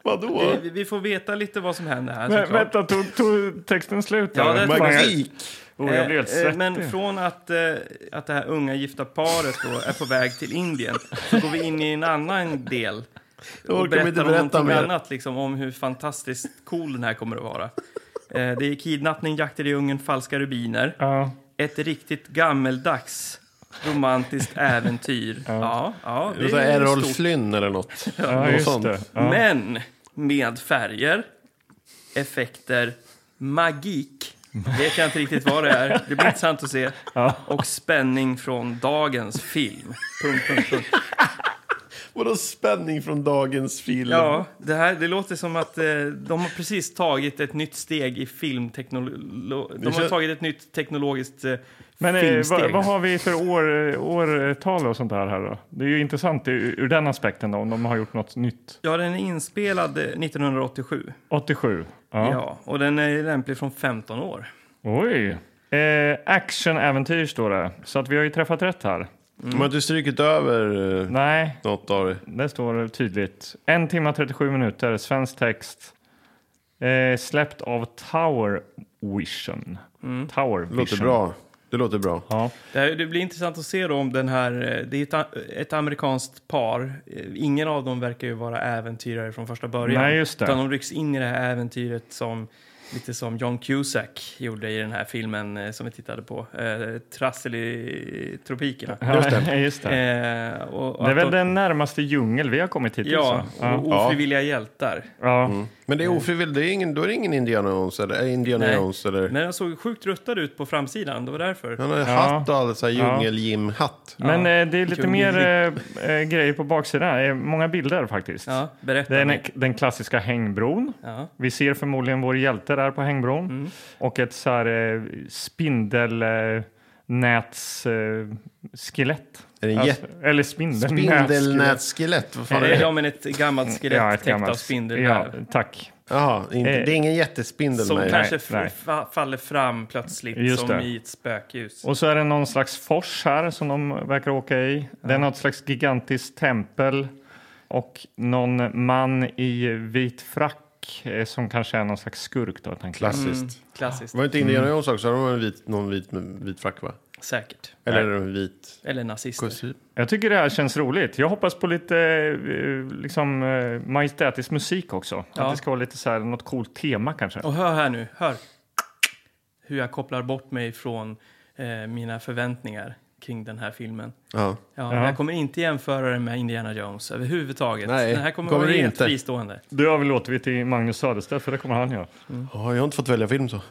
Speaker 1: Vadå?
Speaker 3: vi, vi får veta lite vad som händer här.
Speaker 2: Men,
Speaker 3: såklart.
Speaker 2: vänta, tog, tog texten slut?
Speaker 3: Ja,
Speaker 2: eller?
Speaker 3: det tror jag.
Speaker 1: Magik.
Speaker 2: Oh, jag blir helt
Speaker 3: Eh, eh,
Speaker 2: svettig.
Speaker 3: Men från att, eh, att det här unga gifta paret då är på väg till Indien så går vi in i en annan del
Speaker 1: orkar
Speaker 3: och
Speaker 1: vi
Speaker 3: berättar
Speaker 1: inte
Speaker 3: om
Speaker 1: berätta
Speaker 3: någonting
Speaker 1: mer.
Speaker 3: annat liksom, om hur fantastiskt cool den här kommer att vara. Eh, Det är kidnappning, jakter i djungeln, falska rubiner.
Speaker 2: Ja.
Speaker 3: Ett riktigt gammeldags romantiskt äventyr. Ja, ja,
Speaker 1: Det är så
Speaker 3: det
Speaker 1: här
Speaker 3: är
Speaker 1: Errol
Speaker 3: stort.
Speaker 1: Flynn eller något.
Speaker 2: Ja,
Speaker 1: Något
Speaker 2: just
Speaker 1: sånt.
Speaker 2: det. Ja.
Speaker 3: Men med färger, effekter, magik. Det kan jag inte riktigt vara det är. Det blir intressant att se. Och spänning från dagens film. Punkt, punkt, punkt.
Speaker 1: Vadå spänning från dagens film?
Speaker 3: Ja, det, här, det låter som att eh, de har precis tagit ett nytt steg i filmteknologi. De har
Speaker 1: kän-
Speaker 3: tagit ett nytt teknologiskt eh,
Speaker 2: Men eh,
Speaker 3: filmsteg.
Speaker 2: vad, vad har vi för år, årtal och sånt där här då? Det är ju intressant ur, ur den aspekten då, om de har gjort något nytt.
Speaker 3: Ja, den är inspelad eh, 1987.
Speaker 2: 87.
Speaker 3: Ja.
Speaker 2: Ja.
Speaker 3: och den är lämplig från 15 år.
Speaker 2: Oj. Eh, Action-äventyr står det, så att vi har ju träffat rätt här.
Speaker 1: De Mm. har inte strykit över eh,
Speaker 2: Nej,
Speaker 1: något av det.
Speaker 2: det står tydligt. En timme och 37 minuter, svensk text. Eh, släppt av Tower Vision.
Speaker 3: Mm.
Speaker 2: Tower
Speaker 1: Det
Speaker 2: Vision.
Speaker 1: låter bra. Det låter bra.
Speaker 2: Ja.
Speaker 3: Det, här, det blir intressant att se då om den här... eh, Det är ett, a- ett amerikanskt par. Eh, Ingen av dem verkar ju vara äventyrare från första början.
Speaker 2: Nej, just det.
Speaker 3: Utan de rycks in i det här äventyret som... Lite som John Cusack gjorde i den här filmen eh, som vi tittade på. Eh, Trassel i tropikerna.
Speaker 1: Just det.
Speaker 2: Just det.
Speaker 3: Eh, och, och
Speaker 2: Det är
Speaker 3: att
Speaker 2: väl
Speaker 3: de,
Speaker 2: den närmaste djungel vi har kommit hittills.
Speaker 3: Ja, Mm.
Speaker 2: va?
Speaker 3: och
Speaker 1: Ja.
Speaker 3: ofrivilliga hjältar.
Speaker 2: ja.
Speaker 1: Men det är ofrivilligt. Det är ingen, då är det ingen Indiana Jones eller? Äh, Indiana
Speaker 3: Nej.
Speaker 1: Jones eller?
Speaker 3: Men den såg sjukt ruttad ut på framsidan, det var därför.
Speaker 1: Han har en hatt och alla så här djungel-Jim-hatt.
Speaker 2: Men eh, det är lite
Speaker 3: Kul.
Speaker 2: mer eh, eh, grejer på baksidan. Eh, många bilder faktiskt.
Speaker 3: Ja, berätta.
Speaker 2: Det är den, den klassiska hängbron.
Speaker 3: Ja.
Speaker 2: Vi ser förmodligen vår hjälte där på hängbron.
Speaker 3: Mm.
Speaker 2: Och ett så här eh, spindelnätsskelett. Eh, skelett.
Speaker 1: Är det en
Speaker 2: Alltså,
Speaker 1: jätte-
Speaker 2: eller spindelnätsskelett.
Speaker 1: Spindelnätsskelett? Vad fan är
Speaker 3: Eh,
Speaker 1: det?
Speaker 3: Ja, men ett gammalt skelett
Speaker 2: Ja, ett
Speaker 3: täckt av
Speaker 2: gammalt- Ja,
Speaker 3: spindelväv.
Speaker 2: tack.
Speaker 1: Jaha, inte,
Speaker 2: Eh,
Speaker 1: det är ingen jättespindel
Speaker 3: Som
Speaker 1: med.
Speaker 3: kanske
Speaker 2: Nej,
Speaker 3: f-
Speaker 2: nej.
Speaker 3: fa- faller fram plötsligt
Speaker 2: Just
Speaker 3: som
Speaker 2: det.
Speaker 3: i ett spökljus.
Speaker 2: Och så är det någon slags fors här som de verkar åka i. Det är något slags gigantiskt tempel och någon man i vit frack eh, som kanske är någon slags skurk. Då, tänker jag.
Speaker 1: Klassiskt.
Speaker 3: Mm, Klassiskt,
Speaker 1: Var det inte Indiana Jones också? De har en vit, någon vit, med vit frack va?
Speaker 3: säkert.
Speaker 1: Eller är det en vit
Speaker 3: Eller nazister.
Speaker 1: kostym?
Speaker 2: jag tycker det här känns roligt. Jag hoppas på lite eh, liksom, eh, majestätisk musik också.
Speaker 3: Ja.
Speaker 2: Att det ska vara lite så här, något coolt tema kanske.
Speaker 3: Och hör här nu, hör hur jag kopplar bort mig från eh, mina förväntningar kring den här filmen.
Speaker 1: Ja.
Speaker 3: Ja,
Speaker 2: Ja.
Speaker 3: Jag kommer inte jämföra den med Indiana Jones överhuvudtaget.
Speaker 1: Nej,
Speaker 3: den här kommer,
Speaker 1: kommer
Speaker 3: vara
Speaker 1: du
Speaker 3: helt
Speaker 1: inte.
Speaker 3: fristående.
Speaker 2: Det överlåter vi till Magnus Söderstedt för det kommer han göra.
Speaker 1: Ja, jag har inte fått välja film så.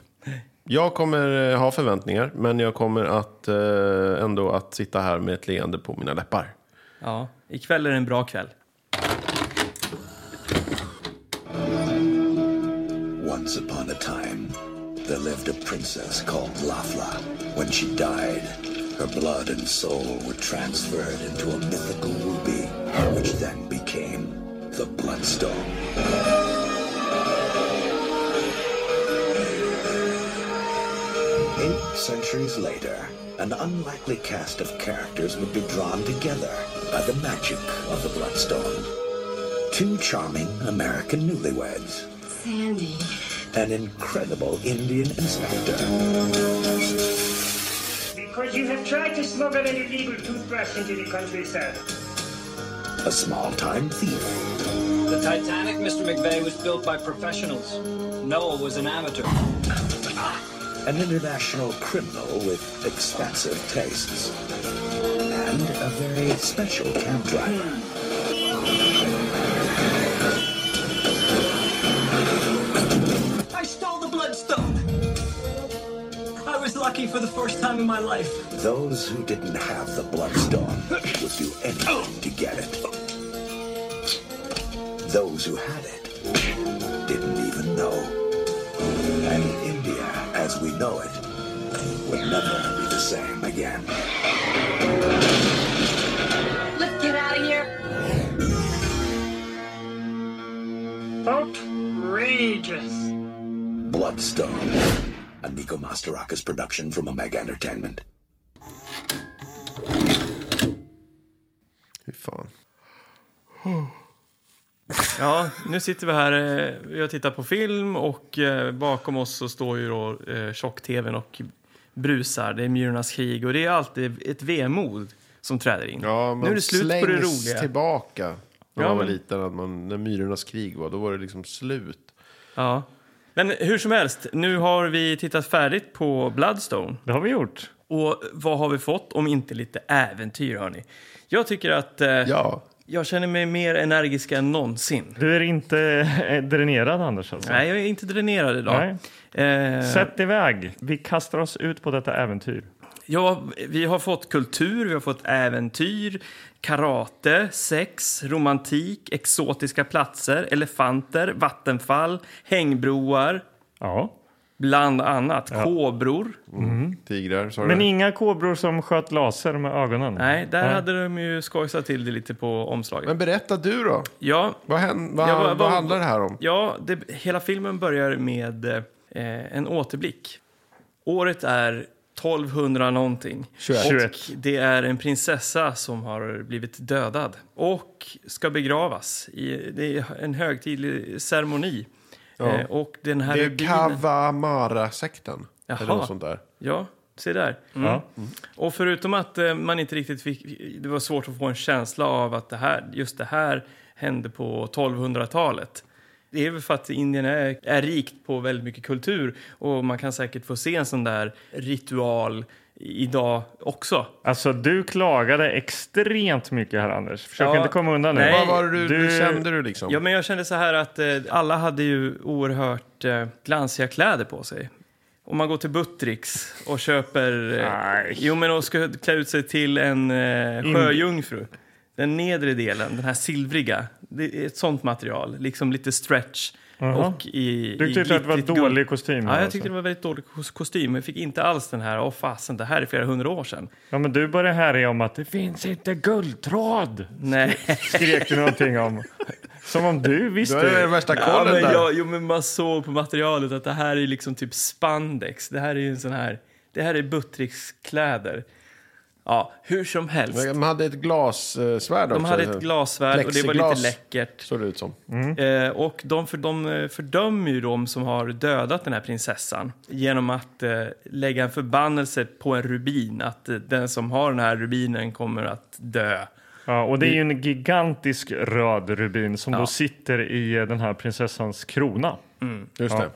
Speaker 1: Jag kommer eh, ha förväntningar, men jag kommer att eh, ändå att sitta här med ett leende på mina läppar.
Speaker 3: Ja, ikväll är det en bra kväll.
Speaker 4: Once upon a time, there lived a princess called Lafla. When she died, her blood and soul were transferred into a mythical ruby, which then became the Bloodstone. Eight centuries later, an unlikely cast of characters would be drawn together by the magic of the Bloodstone. Two charming American newlyweds
Speaker 5: Sandy.
Speaker 4: an incredible Indian inspector,
Speaker 6: Because you have tried to smuggle an illegal toothbrush into the country, sir.
Speaker 4: a small-time thief,
Speaker 7: The Titanic, Mr. McVeigh, was built by professionals. Noah was an amateur.
Speaker 4: an international criminal with expensive tastes, and a very special cab driver.
Speaker 7: I stole the bloodstone! I was lucky for the first time in my life.
Speaker 4: Those who didn't have the bloodstone would do anything to get it. Those who had it didn't even know. And India, as we know it, would never be the same again.
Speaker 5: Let's get out of here.
Speaker 6: Outrageous.
Speaker 4: Bloodstone, a Nico Mastarakis production from Omega Entertainment.
Speaker 1: Hur fan?
Speaker 3: Ja, nu sitter vi här eh, och tittar på film och eh, bakom oss så står ju då eh, tjock-tvn och brusar. Det är Myrornas krig och det är alltid ett vemod som träder in.
Speaker 1: Ja, man
Speaker 3: nu är det slut på det
Speaker 1: slängs
Speaker 3: roliga.
Speaker 1: tillbaka. När
Speaker 3: Ja,
Speaker 1: man var
Speaker 3: men-
Speaker 1: liten, att man, när myrornas krig var, då var det liksom slut.
Speaker 3: Ja. Men hur som helst, nu har vi tittat färdigt på Bloodstone.
Speaker 2: Det har vi gjort.
Speaker 3: Och vad har vi fått om inte lite äventyr, hörni? Jag tycker att eh,
Speaker 1: Ja.
Speaker 3: jag känner mig mer energisk än någonsin.
Speaker 2: Du är inte eh, dränerad Anders alltså?
Speaker 3: Nej, jag är inte dränerad idag. Eh,
Speaker 2: Sätt iväg. Vi kastar oss ut på detta äventyr.
Speaker 3: Ja, vi har fått kultur, vi har fått äventyr, karate, sex, romantik, exotiska platser, elefanter, vattenfall, hängbroar,
Speaker 2: Ja.
Speaker 3: bland annat. Kobror.
Speaker 1: Tigrar, sa du
Speaker 2: Men
Speaker 1: det?
Speaker 2: inga kobror som sköt laser med ögonen?
Speaker 3: Nej, där hade de ju skojsat till det lite på omslaget.
Speaker 1: Men berätta du då.
Speaker 3: ja,
Speaker 1: Vad, hän, vad,
Speaker 3: Ja, vad-
Speaker 1: vad,
Speaker 3: vad-
Speaker 1: handlar det här om?
Speaker 3: Ja, det, hela filmen börjar med eh, en återblick. Året är 1200 någonting.
Speaker 1: 21.
Speaker 3: Och det är en prinsessa som har blivit dödad och ska begravas. I, det är en högtidlig ceremoni. Eh, och den här
Speaker 1: Det är
Speaker 3: rubinen-
Speaker 1: Kavamara-sekten. Eller
Speaker 3: Jaha.
Speaker 1: något sånt där.
Speaker 3: Ja, se där.
Speaker 2: Ja.
Speaker 3: Och förutom att eh, man inte riktigt fick, det var svårt att få en känsla av att det här, just det här hände på 1200-talet. Det är väl för att Indien är, är rikt på väldigt mycket kultur och man kan säkert få se en sån där ritual idag också.
Speaker 2: Alltså, du klagade extremt mycket här, Anders. Försök
Speaker 3: Ja.
Speaker 2: inte komma undan nu.
Speaker 3: Nej.
Speaker 1: Vad var det du,
Speaker 2: Du-
Speaker 1: du kände du liksom?
Speaker 3: Ja, men jag kände så här att eh, alla hade ju oerhört eh, glansiga kläder på sig. Om man går till Buttricks och köper... Eh,
Speaker 2: Nej.
Speaker 3: jo, men och ska klä ut sig till en eh, sjöjungfru. Den nedre delen, den här silvriga, det är ett sånt material. Liksom lite stretch. Och i,
Speaker 2: Du
Speaker 3: i
Speaker 2: tyckte att det var
Speaker 3: glittrigt guld.
Speaker 2: dålig kostym?
Speaker 3: Ja, jag
Speaker 2: alltså.
Speaker 3: tyckte det var väldigt dålig kos- kostym. Jag fick inte alls den här, åh fasen, det här är flera hundra år sedan.
Speaker 2: ja, men du började härja om att det finns inte guldtråd.
Speaker 3: Nej.
Speaker 2: Skrek du någonting om. Som om du
Speaker 1: Du är den
Speaker 2: visste.
Speaker 1: värsta
Speaker 3: Ja,
Speaker 1: kollen
Speaker 3: men
Speaker 1: där.
Speaker 3: jag, jo, men man såg på materialet att det här är liksom typ spandex. Det här är ju en sån här... Det här är Buttricks kläder. Ja, hur som helst.
Speaker 1: De hade ett glassvärd också.
Speaker 3: De hade ett glasvärd och det var lite
Speaker 1: Plexiglas.
Speaker 3: läckert.
Speaker 1: Såg det ut som.
Speaker 3: Eh, och de, för, de eh, fördömer ju de som har dödat den här prinsessan genom att eh, lägga en förbannelse på en rubin. Att eh, den som har den här rubinen kommer att dö.
Speaker 2: Ja, och det är ju en gigantisk röd rubin som
Speaker 3: Ja.
Speaker 2: då sitter i eh, den här prinsessans krona.
Speaker 1: Just det.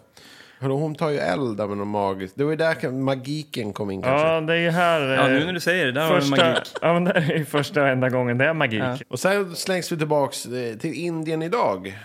Speaker 1: Hörru, hon tar ju eld där med något magiskt. Det var ju där kan- magiken kom in kanske.
Speaker 2: Ja, det är ju här... eh,
Speaker 3: Ja, nu när du säger det, där har du
Speaker 2: första,
Speaker 3: magik.
Speaker 2: Ja, men det är ju första och enda gången det är magik.
Speaker 1: Och sen slängs vi tillbaks eh, till Indien idag.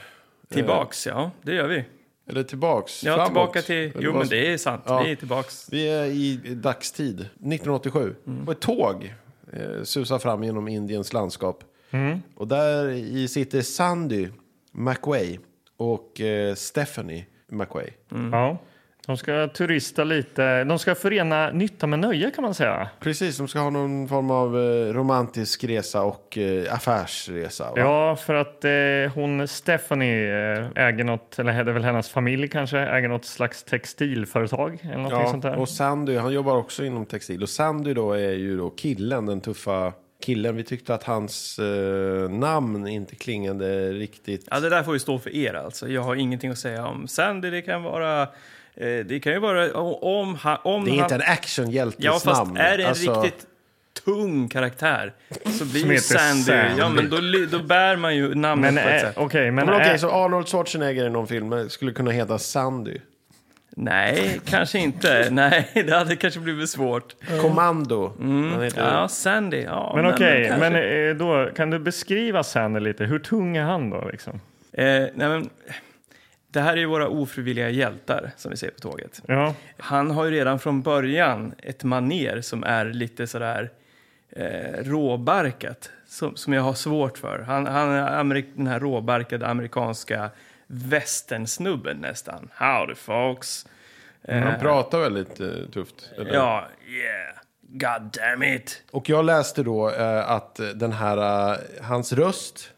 Speaker 3: Tillbaks, ja, det gör vi.
Speaker 1: Eller tillbaks.
Speaker 3: Ja,
Speaker 1: framåt.
Speaker 3: tillbaka till...
Speaker 1: Eller
Speaker 3: Jo,
Speaker 1: vad-
Speaker 3: men det är sant.
Speaker 1: Ja.
Speaker 3: Vi är tillbaks.
Speaker 1: Vi är i dagstid, 1987. Och ett tåg eh, susar fram genom Indiens landskap.
Speaker 2: Mm.
Speaker 1: Och där i sitter Sandy McWay och eh, Stephanie McWay.
Speaker 3: mm.
Speaker 2: Ja. De ska turista lite. De ska förena nytta med nöje kan man säga.
Speaker 1: Precis, de ska ha någon form av eh, romantisk resa och eh, affärsresa. Va?
Speaker 2: Ja, för att eh, hon Stephanie eh, äger något, eller det är väl hennes familj kanske, äger något slags textilföretag eller något
Speaker 1: Ja,
Speaker 2: sånt där.
Speaker 1: och Sandy, han jobbar också inom textil. Och Sandy då är ju då killen, den tuffa killen. Vi tyckte att hans eh, namn inte klingade riktigt.
Speaker 3: Ja, det där får ju stå för er alltså. Jag har ingenting att säga om Sandy. Det kan vara... Eh, det kan ju vara o- om han... Om
Speaker 1: Det är
Speaker 3: han,
Speaker 1: inte en actionhjältes
Speaker 3: Ja, fast
Speaker 1: namn.
Speaker 3: är det en
Speaker 1: Alltså,
Speaker 3: riktigt tung karaktär så blir
Speaker 2: Som
Speaker 3: ju
Speaker 2: heter
Speaker 3: Sandy...
Speaker 2: Sandy.
Speaker 3: Ja, men då, ly- då bär man ju namnet
Speaker 2: Men
Speaker 3: på ett
Speaker 2: eh,
Speaker 3: sätt.
Speaker 2: okej, men,
Speaker 1: Men okej,
Speaker 2: eh,
Speaker 1: så Arnold Schwarzenegger i någon film eh, skulle kunna heta Sandy.
Speaker 3: Nej, kanske inte. Nej, det hade kanske blivit svårt.
Speaker 1: Kommando. Han heter
Speaker 3: Ja, Sandy. Ja,
Speaker 2: men okej,
Speaker 3: kanske.
Speaker 2: men eh, då kan du beskriva Sandy lite? Hur tung är han då liksom?
Speaker 3: Eh, nej, men... Det här är ju våra ofrivilliga hjältar som vi ser på tåget.
Speaker 2: Ja,
Speaker 3: Han har ju redan från början ett maner som är lite sådär eh, råbarkat, som, som jag har svårt för. Han, han är amerik- den här råbarkade amerikanska västernsnubben nästan. Howdy folks!
Speaker 1: Han pratar väldigt eh, tufft. eller?
Speaker 3: Ja, yeah, god damn it!
Speaker 1: Och jag läste då eh, att den här, eh, hans röst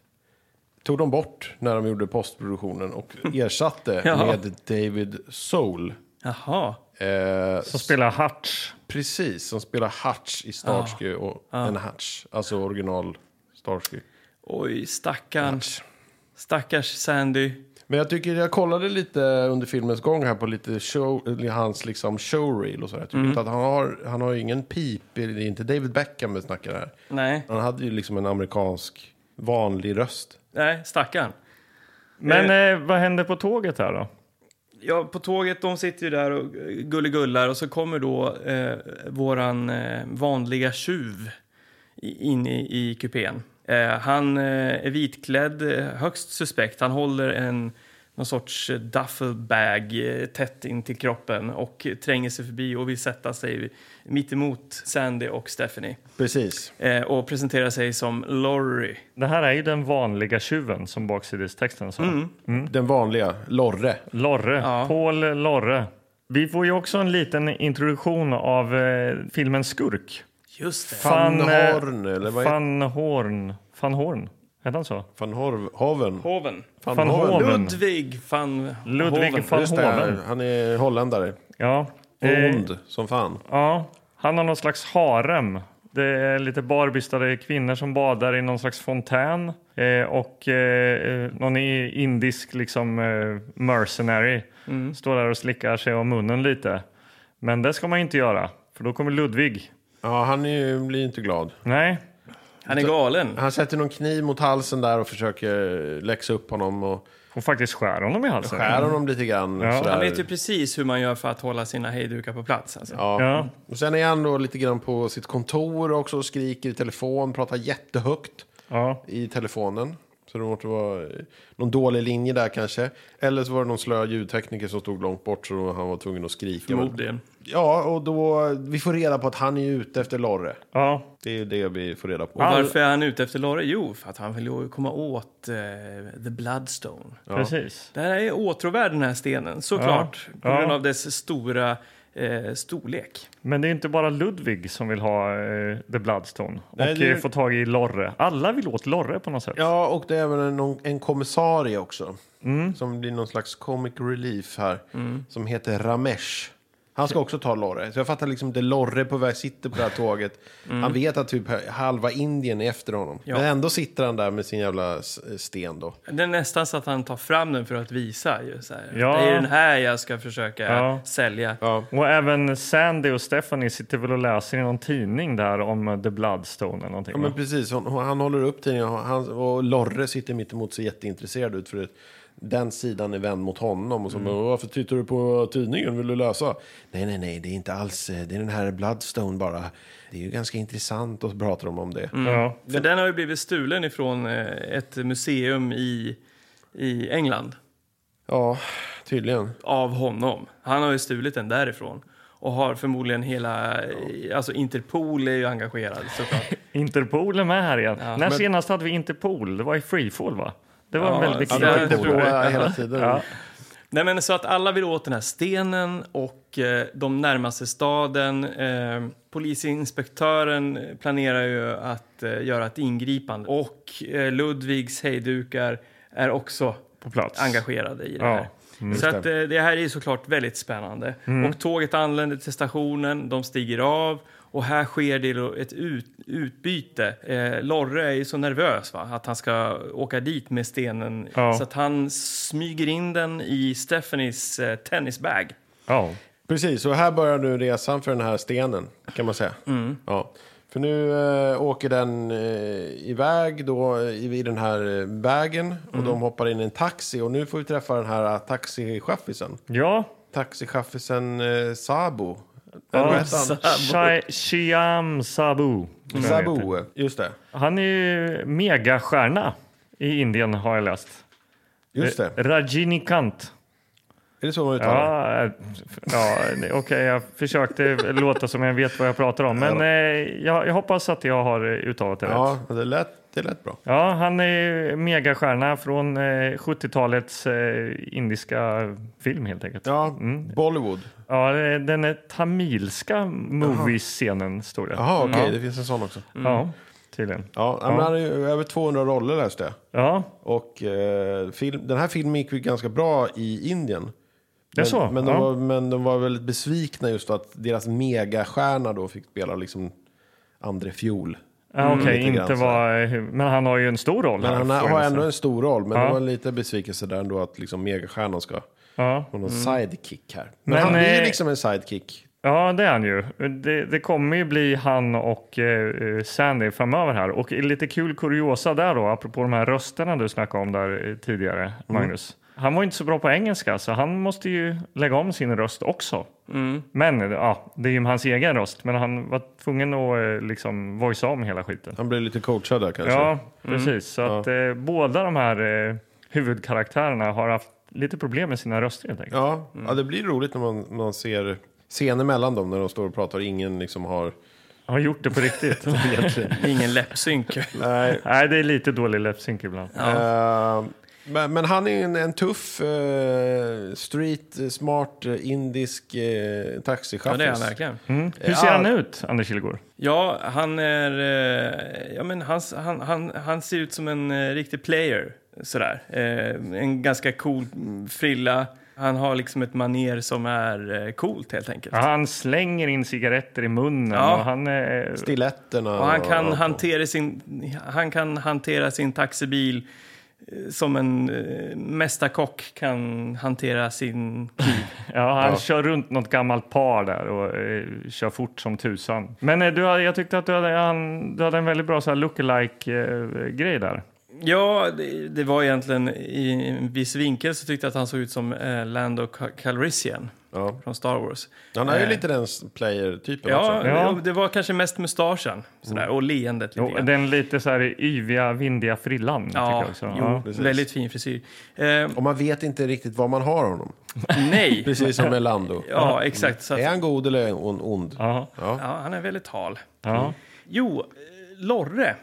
Speaker 1: tog de bort när de gjorde postproduktionen och ersatte
Speaker 3: Ja.
Speaker 1: med David Soul.
Speaker 3: Jaha,
Speaker 1: Eh,
Speaker 2: som spelar Hutch.
Speaker 1: precis, som spelar Hutch i Starsky och en Hutch, alltså original Starsky.
Speaker 3: oj stackarn. Stackars Sandy.
Speaker 1: Men jag tycker jag kollade lite under filmens gång här på lite show, eller hans liksom showreel och sådär. Jag tycker inte att han har, han har ju ingen pip, det är inte David Beckham vi snackar här.
Speaker 3: Nej,
Speaker 1: Han hade ju liksom en amerikansk vanlig röst.
Speaker 3: nej stackarn.
Speaker 2: Men eh, vad händer på tåget här då?
Speaker 3: Ja, på tåget, de sitter ju där och eh, gulligullar och så kommer då eh, våran eh, vanliga tjuv i- in i, i kupén. Eh, han eh, är vitklädd, eh, högst suspekt. Han håller en någon sorts eh, duffelbag eh, tätt in till kroppen och tränger sig förbi och vill sätta sig mitt emot Sandy och Stephanie
Speaker 1: Precis.
Speaker 3: eh, och presenterar sig som Lorry.
Speaker 2: Det här är ju den vanliga tjuven som baksidestexten sa.
Speaker 1: Mm. Den vanliga, Lorre.
Speaker 2: Lorre.
Speaker 3: Ja.
Speaker 2: Paul Lorre. Vi får ju också en liten introduktion av eh, filmens skurk.
Speaker 3: Just det.
Speaker 1: Van
Speaker 2: eh,
Speaker 1: Horn, eller vad heter
Speaker 2: Van Horn. Van Horn. Hette han så?
Speaker 1: Van Horv, Hoven.
Speaker 3: Hoven.
Speaker 1: Van
Speaker 2: Van
Speaker 1: Hoven.
Speaker 2: Hoven.
Speaker 3: Ludvig van
Speaker 2: Mm. Ludwig
Speaker 3: Hoven.
Speaker 2: van
Speaker 1: Just det,
Speaker 2: Hoven.
Speaker 1: han är holländare.
Speaker 2: Ja.
Speaker 1: Och
Speaker 2: Eh,
Speaker 1: ond som fan.
Speaker 2: ja. Han har någon slags harem. Det är lite barbystade kvinnor som badar i någon slags fontän. Eh, och eh, eh, någon i- indisk liksom, eh, mercenary
Speaker 1: Mm.
Speaker 2: står där och slickar sig om munnen lite. Men det ska man ju inte göra, för då kommer Ludvig.
Speaker 1: Ja, han är ju, blir ju inte glad.
Speaker 2: Nej,
Speaker 3: Han är galen.
Speaker 1: Han sätter någon kniv mot halsen där och försöker läxa upp honom och
Speaker 2: hon faktiskt skär honom i halsen.
Speaker 1: skär honom lite grann.
Speaker 2: Ja.
Speaker 1: sådär.
Speaker 3: Han typ- vet ju precis hur man gör för att hålla sina hejdukar på plats. Alltså.
Speaker 1: Ja.
Speaker 2: Ja.
Speaker 1: Och sen är han då lite grann på sitt kontor också och skriker i telefon, pratar jättehögt
Speaker 2: Ja.
Speaker 1: i telefonen. Så det måste vara eh, någon dålig linje där kanske. Eller så var det någon slö ljudtekniker som stod långt bort så han var tvungen att skrika.
Speaker 3: Förmodligen.
Speaker 1: Ja, och då vi får reda på att han är ute efter Lorre.
Speaker 2: Ja.
Speaker 1: Det är ju det vi får reda på.
Speaker 2: Ja.
Speaker 3: Varför är han ute efter Lara? Jo, för att han vill ju komma åt eh, The Bloodstone.
Speaker 2: precis.
Speaker 3: Den här är åtråvärd den här stenen, såklart. På
Speaker 2: Ja.
Speaker 3: grund av dess stora eh, storlek.
Speaker 2: Men det är inte bara Ludvig som vill ha eh, The Bloodstone och
Speaker 1: Nej, det är-
Speaker 2: eh, få tag i Lorre. Alla vill åt Lorre på något sätt.
Speaker 1: Ja, och det är även en, någon- en kommissarie också. Som blir någon slags comic relief här. Som heter Ramesh. Han ska också ta Lorre. Så jag fattar liksom inte Lorre på väg sitter på det här tåget. Han vet att typ halva Indien är efter honom. Men ändå sitter han där med sin jävla s- sten då.
Speaker 3: Det är nästan så att han tar fram den för att visa. Ju, så här.
Speaker 2: Ja.
Speaker 3: Det är den här jag ska försöka
Speaker 2: Ja.
Speaker 3: sälja.
Speaker 2: Och även Sandy och Stephanie sitter väl och läser i någon tidning där om eh, The Bloodstone eller någonting.
Speaker 1: Ja, men precis. Hon, hon- han håller upp tidningen och, han, och Lorre sitter mitt emot ser jätteintresserad ut. För att den sidan är vänd mot honom. Och så bara, varför tittar du på tidningen? Vill du läsa? Nej, nej, nej, det är inte alls. eh, Det är den här Bloodstone bara. Det är ju ganska intressant och så pratar de om det.
Speaker 2: ja.
Speaker 3: För den har ju blivit stulen ifrån eh, ett museum i, i England.
Speaker 1: Ja, tydligen.
Speaker 3: av honom. Han har ju stulit den därifrån. Och har förmodligen hela... Alltså Interpol är ju engagerad såklart.
Speaker 2: Interpol är med här igen. När senast hade vi Interpol? Det var i Freefall va? Det var
Speaker 3: Ja,
Speaker 2: en väldigt
Speaker 3: ja,
Speaker 1: Det är
Speaker 2: kul
Speaker 1: inte på
Speaker 3: det tror jag.
Speaker 1: eh, hela tiden.
Speaker 2: Ja.
Speaker 3: Nej men så att alla vill åt den här stenen och eh, de närmaste staden. Eh, polisinspektören planerar ju att eh, göra ett ingripande. Och eh, Ludvigs hejdukar är också
Speaker 2: på plats.
Speaker 3: engagerade i det
Speaker 2: Ja, mm.
Speaker 3: här. Så att, eh, det här är ju såklart väldigt spännande. Och tåget anländer till stationen, de stiger av och här sker det då ett ut, utbyte. Eh, Lorre är ju så nervös va? att han ska åka dit med stenen
Speaker 2: Ja.
Speaker 3: så att han smyger in den i Stephanies eh, tennisbag.
Speaker 2: Ja.
Speaker 1: Precis, och här börjar nu resan för den här stenen, kan man säga. Ja. För nu eh, åker den eh, iväg då i, i den här eh, vägen och de hoppar in i en taxi och nu får vi träffa den här eh, taxichaffisen.
Speaker 2: ja.
Speaker 1: Taxichaffisen eh, Sabo. Eller vad
Speaker 2: ja.
Speaker 1: hette han?
Speaker 2: Shai- Shiam Sabu.
Speaker 1: Mm.
Speaker 2: tror jag han heter.
Speaker 1: Sabo, just det.
Speaker 2: Han är ju megastjärna i Indien har jag läst.
Speaker 1: Just det.
Speaker 2: Rajinikant.
Speaker 1: Är det så man uttalar det?
Speaker 2: Eh, Ja, eh, ja okej, jag försökte låta som jag vet vad jag pratar om. Men eh, jag, jag hoppas att jag har eh, uttalat det rätt.
Speaker 1: Ja, det lät, det lät bra.
Speaker 2: Ja, han är ju megastjärna från eh, 70-talets eh, indiska film helt enkelt.
Speaker 1: Ja, Mm. Bollywood.
Speaker 2: Ja, det- den är tamilska moviescenen står det.
Speaker 1: Jaha, okej, Mm. det finns en sån också.
Speaker 2: Ja, tydligen.
Speaker 1: Ja, men han har ju över 200 roller läste jag.
Speaker 2: Ja,
Speaker 1: Och eh, film, den här filmen gick ju ganska bra i Indien.
Speaker 2: Det är
Speaker 1: Men,
Speaker 2: så,
Speaker 1: men, de
Speaker 2: ja.
Speaker 1: var, men de var väldigt besvikna just att deras megastjärna då fick spela liksom André Fjol.
Speaker 2: ja ah, okej,
Speaker 1: Mm, lite grann
Speaker 2: inte
Speaker 1: så här.
Speaker 2: var... Men han har ju en stor roll
Speaker 1: Men
Speaker 2: här.
Speaker 1: han
Speaker 2: får jag
Speaker 1: har
Speaker 2: säga.
Speaker 1: ändå en stor roll, men
Speaker 2: Ja.
Speaker 1: det var lite besvikelse där ändå att liksom megastjärnan ska
Speaker 2: Ja.
Speaker 1: ha någon sidekick här. Men,
Speaker 2: Men,
Speaker 1: han är
Speaker 2: eh,
Speaker 1: ju liksom en sidekick.
Speaker 2: Ja, det är han ju. Det, det kommer ju bli han och eh, Sandy framöver här. Och lite kul kuriosa där då, apropå de här rösterna du snackade om där eh, tidigare, Magnus. Han var ju inte så bra på engelska, så han måste ju lägga om sin röst också. Men ja, det är ju hans egen röst, men han var tvungen att eh, liksom voicea om hela skiten.
Speaker 1: Han blev lite coachad där kanske.
Speaker 2: Ja, precis. Så att eh, båda de här eh, huvudkaraktärerna har haft lite problem med sina röster helt enkelt.
Speaker 1: Ja, ja det blir roligt när man, man ser scener mellan dem när de står och pratar och ingen liksom har...
Speaker 2: Har gjort det på riktigt.
Speaker 3: Ingen läppsynk.
Speaker 1: Nej.
Speaker 2: Nej, det är lite dålig läppsynk ibland.
Speaker 1: Eh, men, men han är en, en tuff, eh, street, eh, smart, eh, indisk eh,
Speaker 3: Ja,
Speaker 1: taxichaufför.
Speaker 3: det är han verkligen.
Speaker 2: Hur ser han ut, Anders Kilgård?
Speaker 3: Ja, han är... eh, Ja, men han, han, han, han ser ut som en eh, riktig player. Sådär. Eh, en ganska cool mm, frilla. Han har liksom ett maner som är eh, coolt helt enkelt.
Speaker 2: Ja, Han slänger in cigaretter i munnen
Speaker 3: Ja.
Speaker 2: och han eh,
Speaker 1: Stiletterna.
Speaker 3: Och han kan, hantera sin, han kan hantera sin taxibil eh, som en eh, mästarkock kan hantera sin kniv.
Speaker 2: Ja, han kör runt något gammalt par där och eh, kör fort som tusan. Men eh, du, hade- jag tyckte att du hade, han, du hade en väldigt bra så här look-alike-grej där.
Speaker 3: Ja, det, det var egentligen i en viss vinkel så tyckte jag att han såg ut som eh, Lando Cal- Calrissian
Speaker 1: Ja.
Speaker 3: från Star Wars. Eh,
Speaker 1: Han är ju lite den s- player-typen
Speaker 3: Ja,
Speaker 1: också.
Speaker 2: Ja.
Speaker 3: det- det var kanske mest mustaschen sådär, och leendet lite
Speaker 2: Och
Speaker 3: grann.
Speaker 2: den lite så här yviga, vindiga frillan. tycker
Speaker 3: Ja,
Speaker 2: jag också.
Speaker 3: jo,
Speaker 2: ja.
Speaker 3: väldigt fin frisyr. Eh,
Speaker 1: Och man vet inte riktigt var man har honom.
Speaker 3: nej,
Speaker 1: Precis som med Lando.
Speaker 3: ja exakt. Så att,
Speaker 1: Är
Speaker 3: ja,
Speaker 1: han god eller är han on- ond?
Speaker 2: Ja,
Speaker 3: han är väldigt hal.
Speaker 2: ja.
Speaker 3: Jo, eh, Lorre.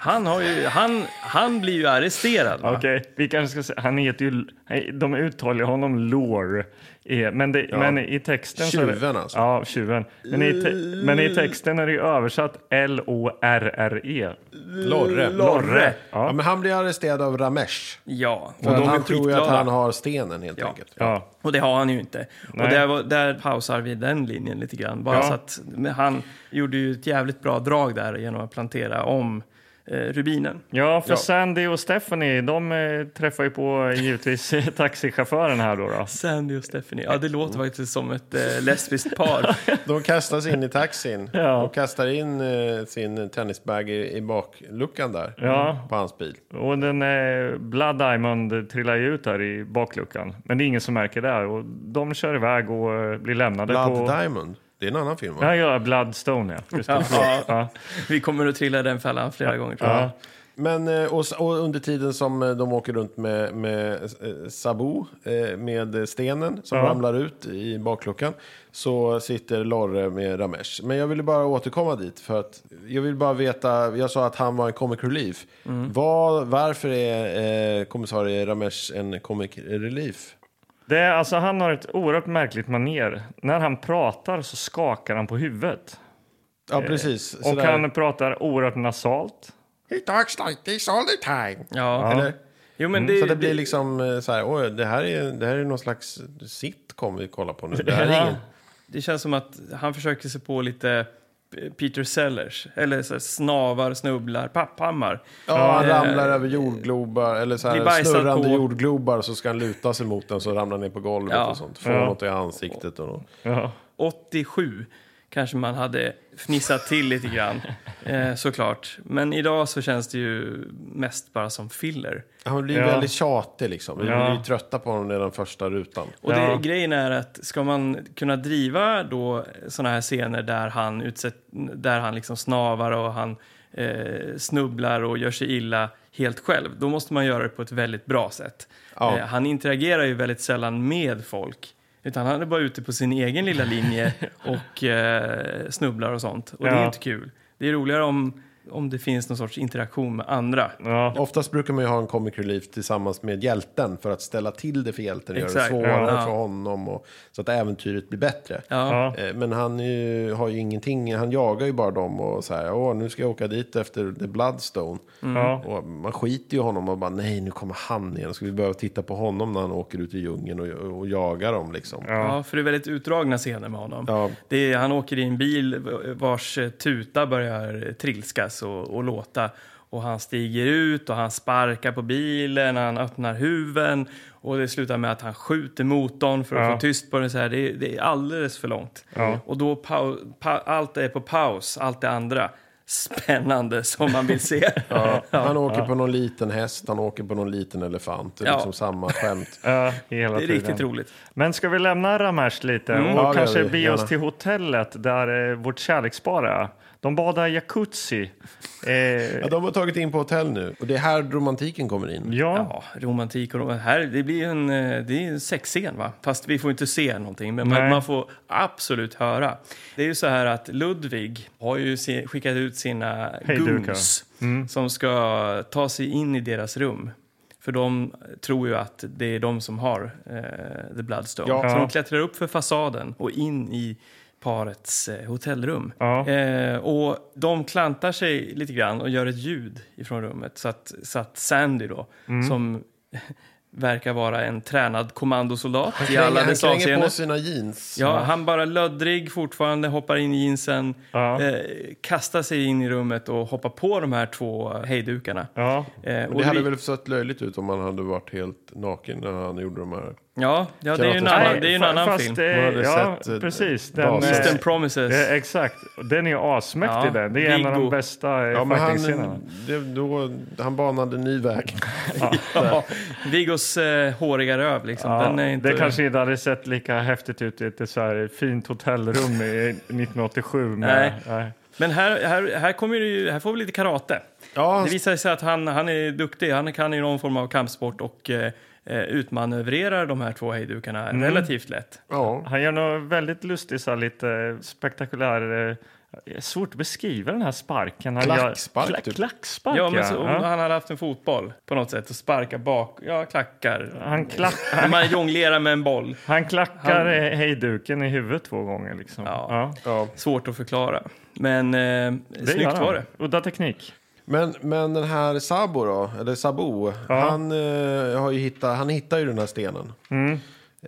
Speaker 3: Han, har ju, han, han blir ju arresterad. Va?
Speaker 2: Okej, vi kanske ska säga, han heter ju, nej, de uttalar honom Lore, eh, men, det, men i texten... så är
Speaker 1: Tjuven
Speaker 2: det,
Speaker 1: alltså.
Speaker 2: Ja, tjuven. Men i, te, men i texten är det ju översatt L-O-R-R-E.
Speaker 1: Lorre.
Speaker 3: Lorre.
Speaker 1: Ja, men han blir arresterad av Ramesh.
Speaker 3: Ja, och
Speaker 1: För
Speaker 3: de är
Speaker 1: han tror ju att
Speaker 3: skitglada.
Speaker 1: han har stenen helt
Speaker 3: Ja.
Speaker 1: enkelt.
Speaker 2: Ja.
Speaker 3: Och det har han ju inte.
Speaker 2: Nej.
Speaker 3: Och där, var, där pausar vi den linjen lite grann. Bara
Speaker 2: Ja.
Speaker 3: så att, men han gjorde ju ett jävligt bra drag där genom att plantera om eh, rubinen.
Speaker 2: Ja, för Sandy och Stephanie, de eh, träffar ju på eh, givetvis eh, taxichauffören här då. då.
Speaker 3: Sandy och Stephanie. Ja, det låter faktiskt som ett eh, lesbiskt par.
Speaker 1: De kastas in i taxin
Speaker 2: Ja.
Speaker 1: och kastar in eh, sin tennisbag i, i bakluckan där
Speaker 2: Ja.
Speaker 1: på hans bil.
Speaker 2: Och den eh, Blood Diamond trillar ju ut där i bakluckan. Men det är ingen som märker det. här. Och de kör iväg och eh, blir lämnade
Speaker 1: Blood
Speaker 2: på...
Speaker 1: Diamond, det är en annan film va?
Speaker 2: Ja, ja, Bloodstone ja. Just det.
Speaker 3: Ja.
Speaker 2: Ja.
Speaker 3: Vi kommer att trilla i den fällan flera gånger tror jag.
Speaker 2: Ja.
Speaker 1: Men, eh, och, s- och under tiden som eh, de åker runt med, med eh, Sabu, eh, med stenen som
Speaker 2: Ja.
Speaker 1: ramlar ut i bakluckan, så sitter Lorre med Ramesh. Men jag ville bara återkomma dit, för att jag vill bara veta, jag sa att han var en comic relief.
Speaker 2: Mm.
Speaker 1: Vad- varför är eh, kommissarie Ramesh en comic relief?
Speaker 2: Det är, alltså, han har ett oerhört märkligt maner. När han pratar så skakar han på huvudet.
Speaker 1: Ja, precis.
Speaker 2: Eh, Och
Speaker 1: Sådär.
Speaker 2: han pratar oerhört nasalt.
Speaker 1: He talks like this all the time.
Speaker 3: Ja.
Speaker 1: Eller?
Speaker 3: Jo, men det,
Speaker 1: Så det blir liksom eh, så här, oj, det här är, det här är någon slags sitcom vi kollar på nu. Det här är
Speaker 2: Ja.
Speaker 1: ingen...
Speaker 3: Det känns som att han försöker sig på lite Peter Sellers, eller så här snavar, snubblar, papphammar.
Speaker 1: Ja, han
Speaker 3: Eh,
Speaker 1: ramlar över jordglobar, eller så
Speaker 3: blir
Speaker 1: här,
Speaker 3: bajsad
Speaker 1: snurrande
Speaker 3: på.
Speaker 1: jordglobar, så ska han luta sig mot den, så ramlar han ner på golvet
Speaker 3: Ja.
Speaker 1: och sånt. Får
Speaker 2: Ja.
Speaker 1: något i ansiktet och något.
Speaker 2: Ja.
Speaker 3: 87 kanske man hade fnissat till lite grann, eh, såklart. Men idag så känns det ju mest bara som filler.
Speaker 1: Han blir ju
Speaker 2: Ja.
Speaker 1: väldigt tjatig liksom. Vi
Speaker 2: Ja.
Speaker 1: blir ju trötta på honom redan första rutan.
Speaker 3: Och det,
Speaker 2: Ja.
Speaker 3: grejen är att ska man kunna driva då såna här scener där han, utsätt, där han liksom snavar och han eh, snubblar och gör sig illa helt själv, då måste man göra det på ett väldigt bra sätt.
Speaker 1: Ja.
Speaker 3: Eh, han interagerar ju väldigt sällan med folk. Utan han är bara ute på sin egen lilla linje och eh, snubblar och sånt. Och det
Speaker 2: Ja.
Speaker 3: är inte kul. Det är roligare om, om det finns någon sorts interaktion med andra.
Speaker 2: Ja.
Speaker 1: Oftast brukar man ju ha en comic relief tillsammans med hjälten för att ställa till det för hjälten och göra det
Speaker 3: Exakt.
Speaker 1: svårare
Speaker 3: Ja.
Speaker 1: för honom och, så att äventyret blir bättre.
Speaker 2: Ja.
Speaker 1: Eh, Men han är ju, har ju ingenting, han jagar ju bara dem och så här, åh nu ska jag åka dit efter The Bloodstone.
Speaker 3: Mm.
Speaker 2: Ja.
Speaker 1: Och man skiter ju i honom och bara, nej nu kommer han igen, ska vi behöva titta på honom när han åker ut i djungeln och, och jagar dem liksom.
Speaker 3: Ja. för det är väldigt utdragna scener med honom.
Speaker 1: Ja.
Speaker 3: Det är, han åker i en bil vars tuta börjar trilskas och, och låta. Och han stiger ut och han sparkar på bilen, han öppnar huven och det slutar med att han skjuter motorn för att
Speaker 2: Ja.
Speaker 3: få tyst på den. Så här. Det, är, det är alldeles för långt. Och då pau, pa, allt är på paus, allt det andra spännande som man vill se.
Speaker 1: Han åker på någon liten häst, han åker på någon liten elefant. Det är
Speaker 3: Ja.
Speaker 1: liksom samma skämt.
Speaker 2: Ja, hela
Speaker 3: Det är
Speaker 2: tiden.
Speaker 3: riktigt roligt.
Speaker 2: Men ska vi lämna Ramesh lite och
Speaker 1: Mm. Ja, det gör
Speaker 2: kanske
Speaker 1: vi,
Speaker 2: bege
Speaker 1: gärna.
Speaker 2: oss till hotellet där eh, vårt kärlekspar är? De badar i jacuzzi. Eh,
Speaker 1: Ja,
Speaker 2: ja,
Speaker 1: de har tagit in på hotell nu och det är här romantiken kommer in.
Speaker 3: Ja, romantik och romantik. Här, det blir ju en, eh, det är en sexscen, va? Fast vi får inte se någonting, men man,
Speaker 2: Nej.
Speaker 3: man får absolut höra. Det är ju så här att Ludvig har ju se, skickat ut sina
Speaker 2: Hejdukar.
Speaker 3: goons som ska ta sig in i deras rum. För de tror ju att det är de som har eh, The Bloodstone.
Speaker 1: Ja.
Speaker 3: Så de klättrar upp för fasaden och in i parets eh, hotellrum.
Speaker 2: Ja.
Speaker 3: Eh, och de klantar sig lite grann och gör ett ljud ifrån rummet så att, så att Sandy då, som verkar vara en tränad kommandosoldat i alla
Speaker 1: han
Speaker 3: dess
Speaker 1: slänger
Speaker 3: avseenden.
Speaker 1: på sina jeans.
Speaker 3: Ja, han bara löddrig fortfarande, hoppar in i jeansen,
Speaker 2: Ja.
Speaker 3: eh, kastar sig in i rummet och hoppar på de här två hejdukarna. Eh,
Speaker 1: Men
Speaker 3: och
Speaker 1: det hade
Speaker 3: vi-
Speaker 1: väl sett löjligt ut om han hade varit helt naken när han gjorde de här.
Speaker 3: Ja, ja det är ju en
Speaker 1: Karate-
Speaker 3: annan, det är ju en
Speaker 2: fa-
Speaker 3: annan
Speaker 2: fast,
Speaker 3: film.
Speaker 2: eh,
Speaker 1: Man hade
Speaker 2: ja,
Speaker 1: sett, eh,
Speaker 2: precis.
Speaker 1: basen.
Speaker 2: eh,
Speaker 1: Just
Speaker 3: Distant Promises.
Speaker 2: eh, exakt. Den är ju asmäktig
Speaker 3: Ja,
Speaker 2: den. Det är en av de
Speaker 3: Viggo.
Speaker 2: bästa eh,
Speaker 1: Ja, men han,
Speaker 2: fighting-scenerna.
Speaker 1: det, då, han banade en ny väg.
Speaker 3: Ja, Viggos eh, håriga röv liksom.
Speaker 2: Ja,
Speaker 3: Den är inte...
Speaker 2: Det kanske inte hade sett lika häftigt ut i ett så här fint hotellrum i 1987. Med,
Speaker 3: Nej. Men här, här, här, kommer det ju, här får vi lite karate.
Speaker 1: Ja,
Speaker 3: Det visar sig att han, han är duktig. Han kan ju någon form av kampsport och eh, eh, utmanövrerar de här två hejdukarna
Speaker 2: Mm.
Speaker 3: relativt lätt.
Speaker 1: ja.
Speaker 2: Han gör något väldigt lustigt, så här, lite spektakulär... eh, det är Svårt att beskriva den här sparken. Han
Speaker 1: Klackspark,
Speaker 2: Gör, Kla-
Speaker 1: typ.
Speaker 2: Klackspark,
Speaker 3: Ja, men så, om
Speaker 2: ja.
Speaker 3: han hade haft en fotboll på något sätt och sparkar bak, ja, klackar.
Speaker 2: Han, klack,
Speaker 3: Man jonglerar med en boll.
Speaker 2: han klackar han... hejduken i huvudet två gånger. Liksom.
Speaker 3: Ja.
Speaker 1: Ja.
Speaker 3: Svårt att förklara. Men eh,
Speaker 2: gör
Speaker 3: snyggt
Speaker 2: han.
Speaker 3: var det.
Speaker 2: Udda teknik.
Speaker 1: Men, men den här Sabo då, eller Sabo, han, eh, har ju hittat, han hittar ju den här stenen.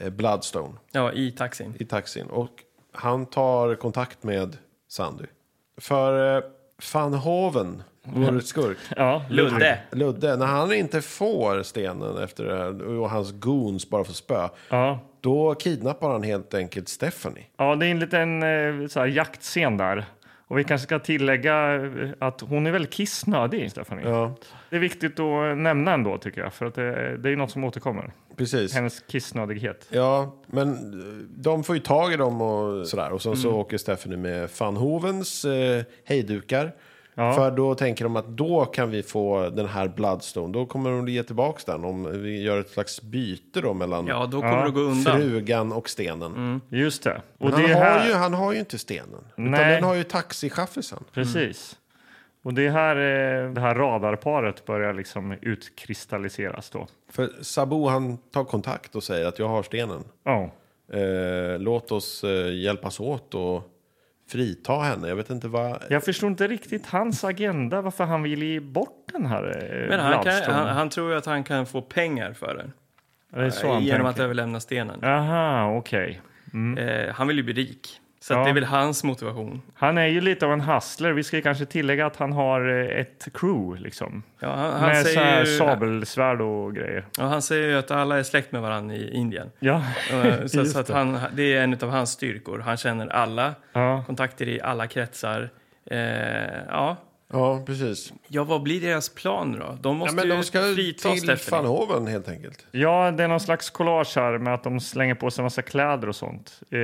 Speaker 1: Eh, Bloodstone
Speaker 3: Ja, i taxin.
Speaker 1: i taxin. Och han tar kontakt med Sandy. För eh, van Hoven, vår skurk,
Speaker 2: Ja,
Speaker 3: Ludde.
Speaker 1: Ludde, när han inte får stenen efter det här och hans goons bara får spö.
Speaker 2: Ja.
Speaker 1: Då kidnappar han helt enkelt Stephanie.
Speaker 2: Ja, det är en liten eh, så här, jaktscen där. Och vi kanske ska tillägga eh, att hon är väldigt kissnödig, Stephanie.
Speaker 1: Ja,
Speaker 2: Det är viktigt att eh, nämna ändå, tycker jag, för att eh, det, det är något som återkommer.
Speaker 1: precis.
Speaker 2: Hennes kissnödighet.
Speaker 1: Ja, men eh, de får ju tag i dem och sådär. Och sen så
Speaker 2: Mm.
Speaker 1: åker Stephanie med van Hovens eh, hejdukar.
Speaker 2: Ja.
Speaker 1: För då tänker de att då kan vi få den här Bloodstone. Då kommer de ge tillbaks den om vi gör ett slags byte då mellan
Speaker 3: Ja, då kommer det Mm. att gå undan.
Speaker 1: frugan och stenen.
Speaker 2: Just det.
Speaker 1: Men
Speaker 2: Och det
Speaker 1: han,
Speaker 2: är här...
Speaker 1: har ju, han har ju inte stenen. Utan
Speaker 2: Nej.
Speaker 1: den har ju taxichaffisen.
Speaker 2: Precis. Och det är här eh, det här radarparet börjar liksom utkristalliseras då.
Speaker 1: För Sabo han tar kontakt och säger att jag har stenen.
Speaker 2: Ja.
Speaker 1: Eh, låt oss eh, hjälpas åt och frita henne. Jag vet inte vad...
Speaker 2: Jag förstår inte riktigt hans agenda, varför han vill ge bort den här eh,
Speaker 3: Men han, kan,
Speaker 2: Bloodstone.
Speaker 3: han, han tror ju att han kan få pengar för den.
Speaker 2: det är så han
Speaker 3: Eh, genom att
Speaker 2: tänker.
Speaker 3: överlämna stenen.
Speaker 2: Aha, okej.
Speaker 3: Eh, han vill ju bli rik. Så
Speaker 2: Ja.
Speaker 3: att det är väl hans motivation.
Speaker 2: Han är ju lite av en hustler. Vi ska kanske tillägga att han har eh, ett crew liksom.
Speaker 3: Ja, han, han,
Speaker 2: Med så här
Speaker 3: säger ju,
Speaker 2: sabelsvärd och grejer.
Speaker 3: ja, han säger ju att alla är släkt med varandra i Indien.
Speaker 2: Ja,
Speaker 3: Eh, så
Speaker 2: just
Speaker 3: så att
Speaker 2: det.
Speaker 3: han, det är en av hans styrkor. Han känner alla,
Speaker 2: Ja.
Speaker 3: kontakter i alla kretsar. Eh, ja.
Speaker 1: Ja, precis.
Speaker 3: ja, vad blir deras plan då? De
Speaker 1: Ja,
Speaker 3: måste
Speaker 1: men de ska
Speaker 3: ju
Speaker 1: till
Speaker 3: frita Stephanie.
Speaker 1: Fanhoven helt enkelt.
Speaker 2: ja, det är någon slags collage här med att de slänger på sig en massa kläder och sånt. Eh,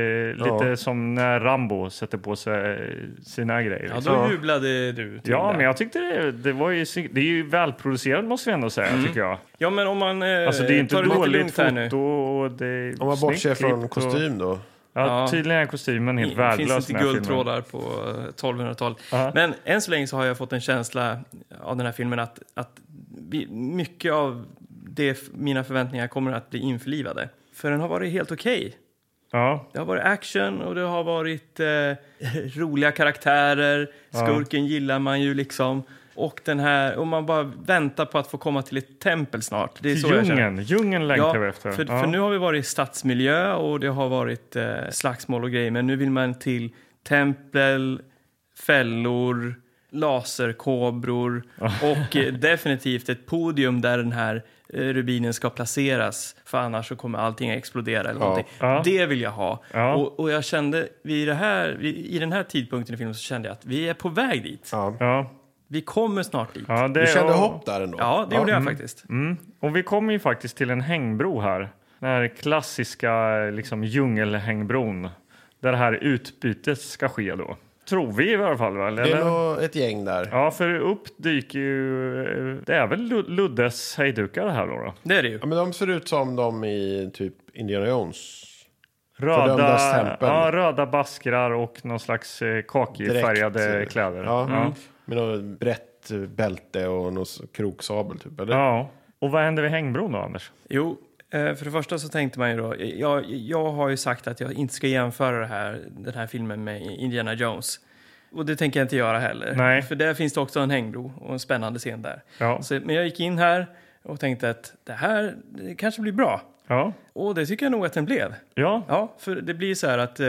Speaker 2: lite som när Rambo sätter på sig eh, sina grejer.
Speaker 3: Ja,
Speaker 2: liksom.
Speaker 3: då jublade du. till
Speaker 2: Ja,
Speaker 3: det.
Speaker 2: men jag tyckte det, det var ju... sy- Det är ju välproducerat måste vi ändå säga, tycker jag.
Speaker 3: ja, men om man Mm. eh,
Speaker 2: Alltså det är ju inte
Speaker 3: tar det lite
Speaker 2: dåligt
Speaker 3: lugnt här nu.
Speaker 2: foto och det är
Speaker 1: Om man
Speaker 2: snyggt
Speaker 1: bortser från
Speaker 2: klippt och-
Speaker 1: kostym då.
Speaker 2: Ja,
Speaker 3: Ja.
Speaker 2: tydligen är kostymen helt
Speaker 3: Det
Speaker 2: värdelös.
Speaker 3: finns
Speaker 2: i
Speaker 3: inte
Speaker 2: den här filmen.
Speaker 3: guldtrådar på eh, 1200-talet.
Speaker 2: Ja.
Speaker 3: Men än så länge så har jag fått en känsla av den här filmen att, att vi, mycket av det f- mina förväntningar kommer att bli införlivade. För den har varit helt okej.
Speaker 2: Ja,
Speaker 3: Det har varit action och det har varit eh, roliga karaktärer. Skurken gillar man ju liksom. Och den här, och man bara väntar på att få komma till ett tempel snart. Det är så jag känner.
Speaker 2: djungeln. Djungeln längtar vi efter.
Speaker 3: För,
Speaker 2: ja.
Speaker 3: för nu har vi varit i stadsmiljö och det har varit eh, slagsmål och grejer. Men nu vill man till tempel, fällor, laserkobror och eh, definitivt ett podium där den här eh, rubinen ska placeras. För annars så kommer allting att explodera eller någonting.
Speaker 2: Ja.
Speaker 3: Det vill jag ha.
Speaker 2: Ja.
Speaker 3: Och, och jag kände vid det här, vid, i den här tidpunkten i filmen så kände jag att vi är på väg dit.
Speaker 2: ja.
Speaker 3: Vi kommer snart dit. Ja,
Speaker 2: Ja, mm. det,
Speaker 1: Du kände
Speaker 2: och,
Speaker 1: hopp där ändå?
Speaker 3: det gjorde jag faktiskt.
Speaker 2: Och vi kommer ju faktiskt till en hängbro här. Den här klassiska liksom, djungelhängbron. Där det här utbytet ska ske då. Tror vi i alla fall. va? Eller?
Speaker 1: Det är nog ett gäng där.
Speaker 2: Ja, för upp dyker ju... eh, Det är väl Lu- Luddes hejdukar här då? då?
Speaker 3: Det är det ju.
Speaker 1: Ja, men de ser ut som de i typ Indiana Jones.
Speaker 2: Röda,
Speaker 1: Fördömdas tempel.
Speaker 2: ja, röda baskrar och någon slags eh, kakifärgade
Speaker 1: Dräkt.
Speaker 2: kläder.
Speaker 1: Ja. Mm. Med något brett eh, bälte och någon s- kroksabel typ. Eller?
Speaker 2: Ja. Och vad händer vid hängbron då, Anders?
Speaker 3: Jo, eh, för det första så tänkte man ju då, jag, jag har ju sagt att jag inte ska jämföra det här, den här filmen med Indiana Jones. Och det tänker jag inte göra heller.
Speaker 2: Nej.
Speaker 3: För där finns det också en hängbro och en spännande scen där.
Speaker 2: Ja.
Speaker 3: Så, men jag gick in här och tänkte att det här det kanske blir bra.
Speaker 2: Ja.
Speaker 3: Och det tycker jag nog att den blev.
Speaker 2: Ja.
Speaker 3: Ja, för det blir så här att eh,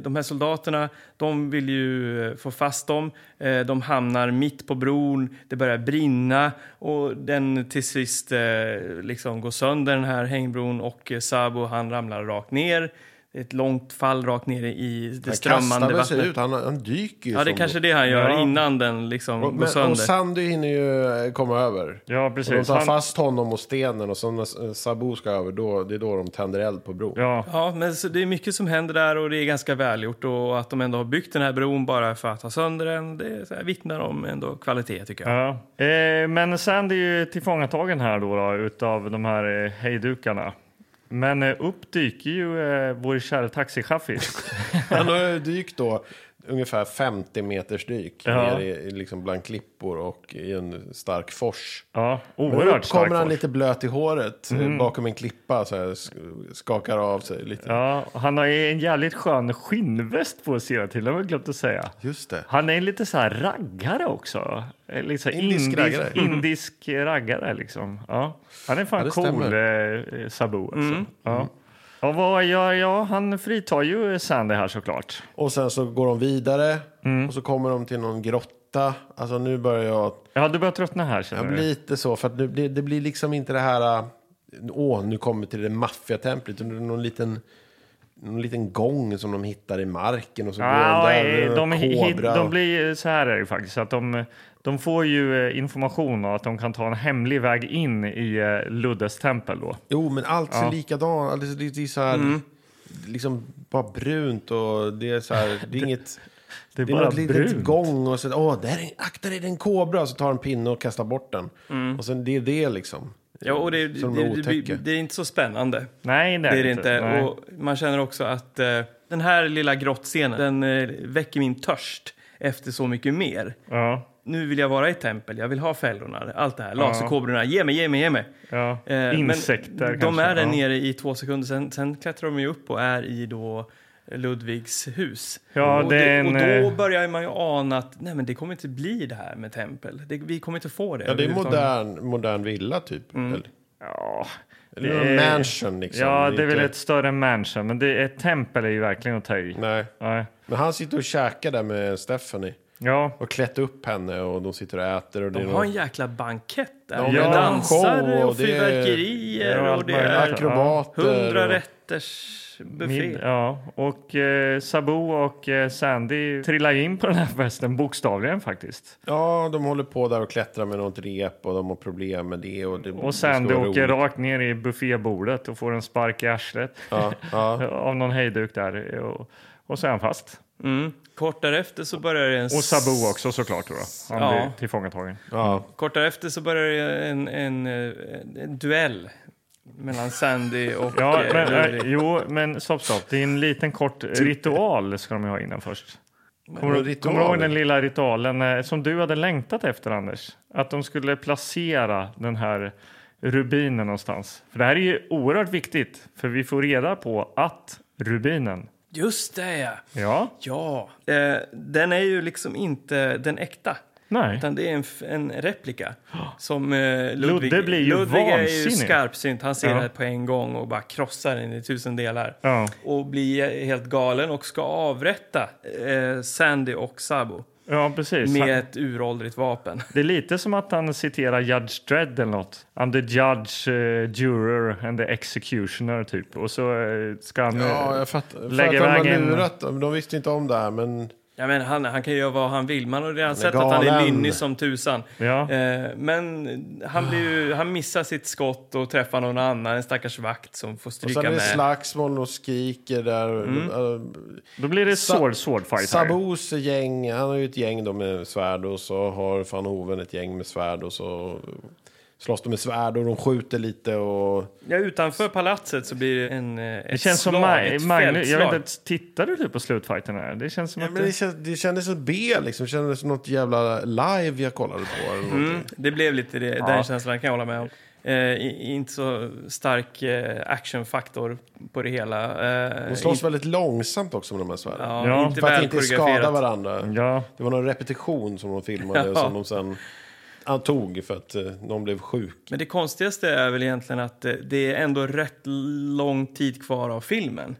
Speaker 3: de här soldaterna, de vill ju eh, få fast dem. Eh, de hamnar mitt på bron, det börjar brinna och den till sist eh, liksom går sönder den här hängbron och eh, Sabo han ramlar rakt ner. Ett långt fall rakt ner i det
Speaker 1: han kastar
Speaker 3: strömmande
Speaker 1: väl sig
Speaker 3: vattnet.
Speaker 1: ut, han, han dyker ju.
Speaker 3: Ja, det är
Speaker 1: som-
Speaker 3: kanske det han gör
Speaker 2: Ja.
Speaker 3: innan den liksom
Speaker 1: Och-
Speaker 3: går
Speaker 1: Men,
Speaker 3: sönder.
Speaker 1: och Sandy hinner ju eh, komma över.
Speaker 2: Ja,
Speaker 1: Och de
Speaker 2: precis.
Speaker 1: tar
Speaker 2: Han,
Speaker 1: fast honom och stenen och sen när eh, Sabu ska över, då, det är då de tänder eld på bron.
Speaker 2: ja.
Speaker 3: Ja, men så det är mycket som händer där och det är ganska välgjort och att de ändå har byggt den här bron bara för att ta sönder den, det är så här, vittnar om ändå kvalitet tycker jag.
Speaker 2: Ja. Eh, men Sandy är ju tillfångatagen här då, då utav de här eh, hejdukarna. Men eh, upp dyker ju eh, vår kära taxichaffis.
Speaker 1: Han har ju dykt då ungefär 50 meters dyk
Speaker 2: Ja.
Speaker 1: ner i, i liksom bland klippor och i en stark fors.
Speaker 2: ja,
Speaker 1: Men upp
Speaker 2: oerhört stark
Speaker 1: kommer han
Speaker 2: force.
Speaker 1: lite blöt i håret eh, bakom en klippa så här, sk- skakar av sig lite.
Speaker 2: Ja, han har ju en jävligt skön skinnväst på sig hela tiden, det har jag glömt att säga.
Speaker 1: Just det.
Speaker 2: Han är lite så här raggare också. Eh, Liksom
Speaker 1: Indisk
Speaker 2: indisk, indisk
Speaker 1: raggare. Mm.
Speaker 2: raggare. liksom. Ja. Han är fan
Speaker 1: Ja, det Mm.
Speaker 2: cool, eh, eh, Sabu. Alltså. Ja. Ja, vad gör jag? Han fritar ju eh, Sandy här såklart.
Speaker 1: Och sen så går de vidare
Speaker 2: Mm.
Speaker 1: och så kommer de till någon grotta. Alltså nu börjar jag,
Speaker 2: Ja, du börjar tröttna här känner
Speaker 1: jag
Speaker 2: du?
Speaker 1: blir lite så för att det blir, det blir liksom inte det här, äh, åh nu kommer vi till det maffiatemplet, utan det är någon liten någon liten gång som de hittar i marken och så går
Speaker 2: Ja,
Speaker 1: de där.
Speaker 2: eh,
Speaker 1: och
Speaker 2: de, hit,
Speaker 1: kobra
Speaker 2: de
Speaker 1: och-
Speaker 2: blir ju- så här är det ju faktiskt. Att de, de får ju eh, information om att de kan ta en hemlig väg in i eh, Luddes tempel då.
Speaker 1: Jo, men allt ser likadant alltså, det, det är så här, liksom bara brunt och det är så här, det är inget...
Speaker 2: Det är
Speaker 1: Det är
Speaker 2: bara
Speaker 1: något litet
Speaker 2: brunt.
Speaker 1: gång och så, åh, där är, akta dig, det är en kobra. Så tar en pinne och kastar bort den. Och sen det är det liksom.
Speaker 3: Ja, och det, det,
Speaker 1: som de
Speaker 3: det,
Speaker 1: otäcker.
Speaker 3: det, det är inte så spännande.
Speaker 2: Nej, det
Speaker 3: Det är det inte.
Speaker 2: Nej.
Speaker 3: Och man känner också att eh, den här lilla grottscenen, den eh, väcker min törst efter så mycket mer.
Speaker 2: Ja,
Speaker 3: Nu vill jag vara i tempel, jag vill ha fällorna, allt det här. Laserkobrorna, ge mig, ge mig, ge mig.
Speaker 2: ja.
Speaker 3: Eh, men
Speaker 2: Insekter
Speaker 3: De
Speaker 2: kanske.
Speaker 3: är där
Speaker 2: ja.
Speaker 3: nere i två sekunder, sen, sen klättrar de ju upp och är i då Ludvigs hus.
Speaker 2: Ja,
Speaker 3: och,
Speaker 2: det är
Speaker 3: och
Speaker 2: en,
Speaker 3: då
Speaker 2: eh,
Speaker 3: börjar man ju ana att nej, men det kommer inte bli det här med tempel. Det, vi kommer inte få det.
Speaker 1: Ja, det är
Speaker 3: överhuvudtaget.
Speaker 1: modern, modern villa typ. Eller,
Speaker 2: Ja,
Speaker 1: eller
Speaker 2: det
Speaker 1: en
Speaker 2: är-
Speaker 1: mansion liksom.
Speaker 2: ja, det är väl
Speaker 1: inte-
Speaker 2: ett större mansion, men det, ett tempel är ju verkligen att ta i.
Speaker 1: Nej.
Speaker 2: Nej.
Speaker 1: Men han sitter och käkar där med Stephanie.
Speaker 2: Ja,
Speaker 1: Och klätt upp henne och de sitter och äter. Och det är
Speaker 3: De har en jäkla bankett där.
Speaker 1: Ja,
Speaker 3: Det
Speaker 2: men
Speaker 3: är
Speaker 2: det är en
Speaker 1: show
Speaker 3: dansare
Speaker 1: och
Speaker 3: och
Speaker 1: det är-
Speaker 3: fyrverkerier
Speaker 2: Ja,
Speaker 3: och det
Speaker 2: allt
Speaker 1: någon
Speaker 2: möjligt.
Speaker 3: är
Speaker 1: akrobater.
Speaker 3: hundra
Speaker 1: och-
Speaker 3: rätters buffé.
Speaker 2: Mid, ja, och eh, Sabu och eh, Sandy trillar in på den här festen bokstavligen faktiskt.
Speaker 1: Ja, de håller på där och klättrar med något rep och de har problem med det. Och, det, det
Speaker 2: Och
Speaker 1: ska
Speaker 2: Sandy
Speaker 1: vara
Speaker 2: åker
Speaker 1: roligt.
Speaker 2: rakt ner i buffébordet och får en spark i arslet
Speaker 1: Ja, ja.
Speaker 2: av någon hejduk där. Och, och så är han fast.
Speaker 3: Mm. Kort därefter så börjar det en...
Speaker 2: Och Sabu också såklart. Då. då. Han
Speaker 3: Ja.
Speaker 2: blir tillfångatagen.
Speaker 1: Ja.
Speaker 3: Kort därefter så börjar det en, en, en, en duell mellan Sandy och...
Speaker 2: Ja,
Speaker 3: eh,
Speaker 2: men, eh,
Speaker 3: Ludvig.
Speaker 2: jo, men stopp, stopp. Det är en liten kort ritual ska de ju ha innan först. Kommer du,
Speaker 1: Typ- Ritual.
Speaker 2: kommer du ihåg den lilla ritualen eh, som du hade längtat efter, Anders? Att de skulle placera den här rubinen någonstans. För det här är ju oerhört viktigt, för vi får reda på att rubinen...
Speaker 3: Just det, ja.
Speaker 2: Ja,
Speaker 3: ja. Eh, den är ju liksom inte den äkta.
Speaker 2: nej.
Speaker 3: Utan det är en, f- en replika. Som eh, Ludvig,
Speaker 2: Ludde blir ju
Speaker 3: Ludvig är ju
Speaker 2: vansinnig.
Speaker 3: skarpsynt. Han ser
Speaker 2: Ja.
Speaker 3: det här på en gång och bara krossar den i tusen delar.
Speaker 2: Ja.
Speaker 3: Och blir helt galen och ska avrätta eh, Sandy och Sabo.
Speaker 2: Ja, precis. Han-
Speaker 3: Med ett uråldrigt vapen.
Speaker 2: Det är lite som att han citerar Judge Dredd eller något. I'm the judge, eh, juror and the executioner, typ. Och så eh, ska han... eh,
Speaker 1: Ja, jag fattar. För
Speaker 2: Lägger
Speaker 1: att de har
Speaker 2: vägen-
Speaker 1: lurat dem. De visste inte om det här, men
Speaker 3: Ja, men han, han kan göra vad han vill. Man har redan
Speaker 1: är
Speaker 3: sett att han är
Speaker 1: galen.
Speaker 3: lynnig som tusan.
Speaker 2: Ja.
Speaker 3: Eh, men han, blir ju, han missar sitt skott och träffar någon annan, en stackars vakt som får
Speaker 1: Och sen
Speaker 3: stryka
Speaker 1: är det
Speaker 3: med.
Speaker 1: slagsmål och skriker där.
Speaker 2: Mm.
Speaker 1: Eh,
Speaker 2: Då blir det
Speaker 1: Sa-
Speaker 2: sword, sword fight här.
Speaker 1: Sabos gäng, han har ju ett gäng då med svärd och så har van Hoven ett gäng med svärd och så slåss de med svärd och de skjuter lite och...
Speaker 3: Ja, utanför palatset så blir det en, eh, ett
Speaker 2: Det känns som
Speaker 3: slag,
Speaker 2: Ma-
Speaker 3: ett
Speaker 2: Magnus, jag
Speaker 3: fältslag.
Speaker 2: vet inte, tittar du typ på slutfighten här? Det känns som
Speaker 1: Ja,
Speaker 2: att...
Speaker 1: men det, känns, det kändes som B liksom, det kändes som något jävla live jag kollade på.
Speaker 2: Mm.
Speaker 1: Eller någonting.
Speaker 3: Det blev lite det, den känslan, kan jag hålla med om. Eh, i- inte så stark eh, actionfaktor på det hela. Eh,
Speaker 1: De slåss
Speaker 3: in-
Speaker 1: väldigt långsamt också med de här svärden.
Speaker 3: ja,
Speaker 2: Ja.
Speaker 3: Inte
Speaker 1: För att
Speaker 3: väl
Speaker 1: inte skada
Speaker 3: koreograferat.
Speaker 1: varandra.
Speaker 2: Ja,
Speaker 1: Det var någon repetition som de filmade
Speaker 3: Ja.
Speaker 1: som de sen han tog för att eh, någon blev sjuk.
Speaker 3: Men det konstigaste är väl egentligen att eh, det är ändå rätt lång tid kvar av filmen.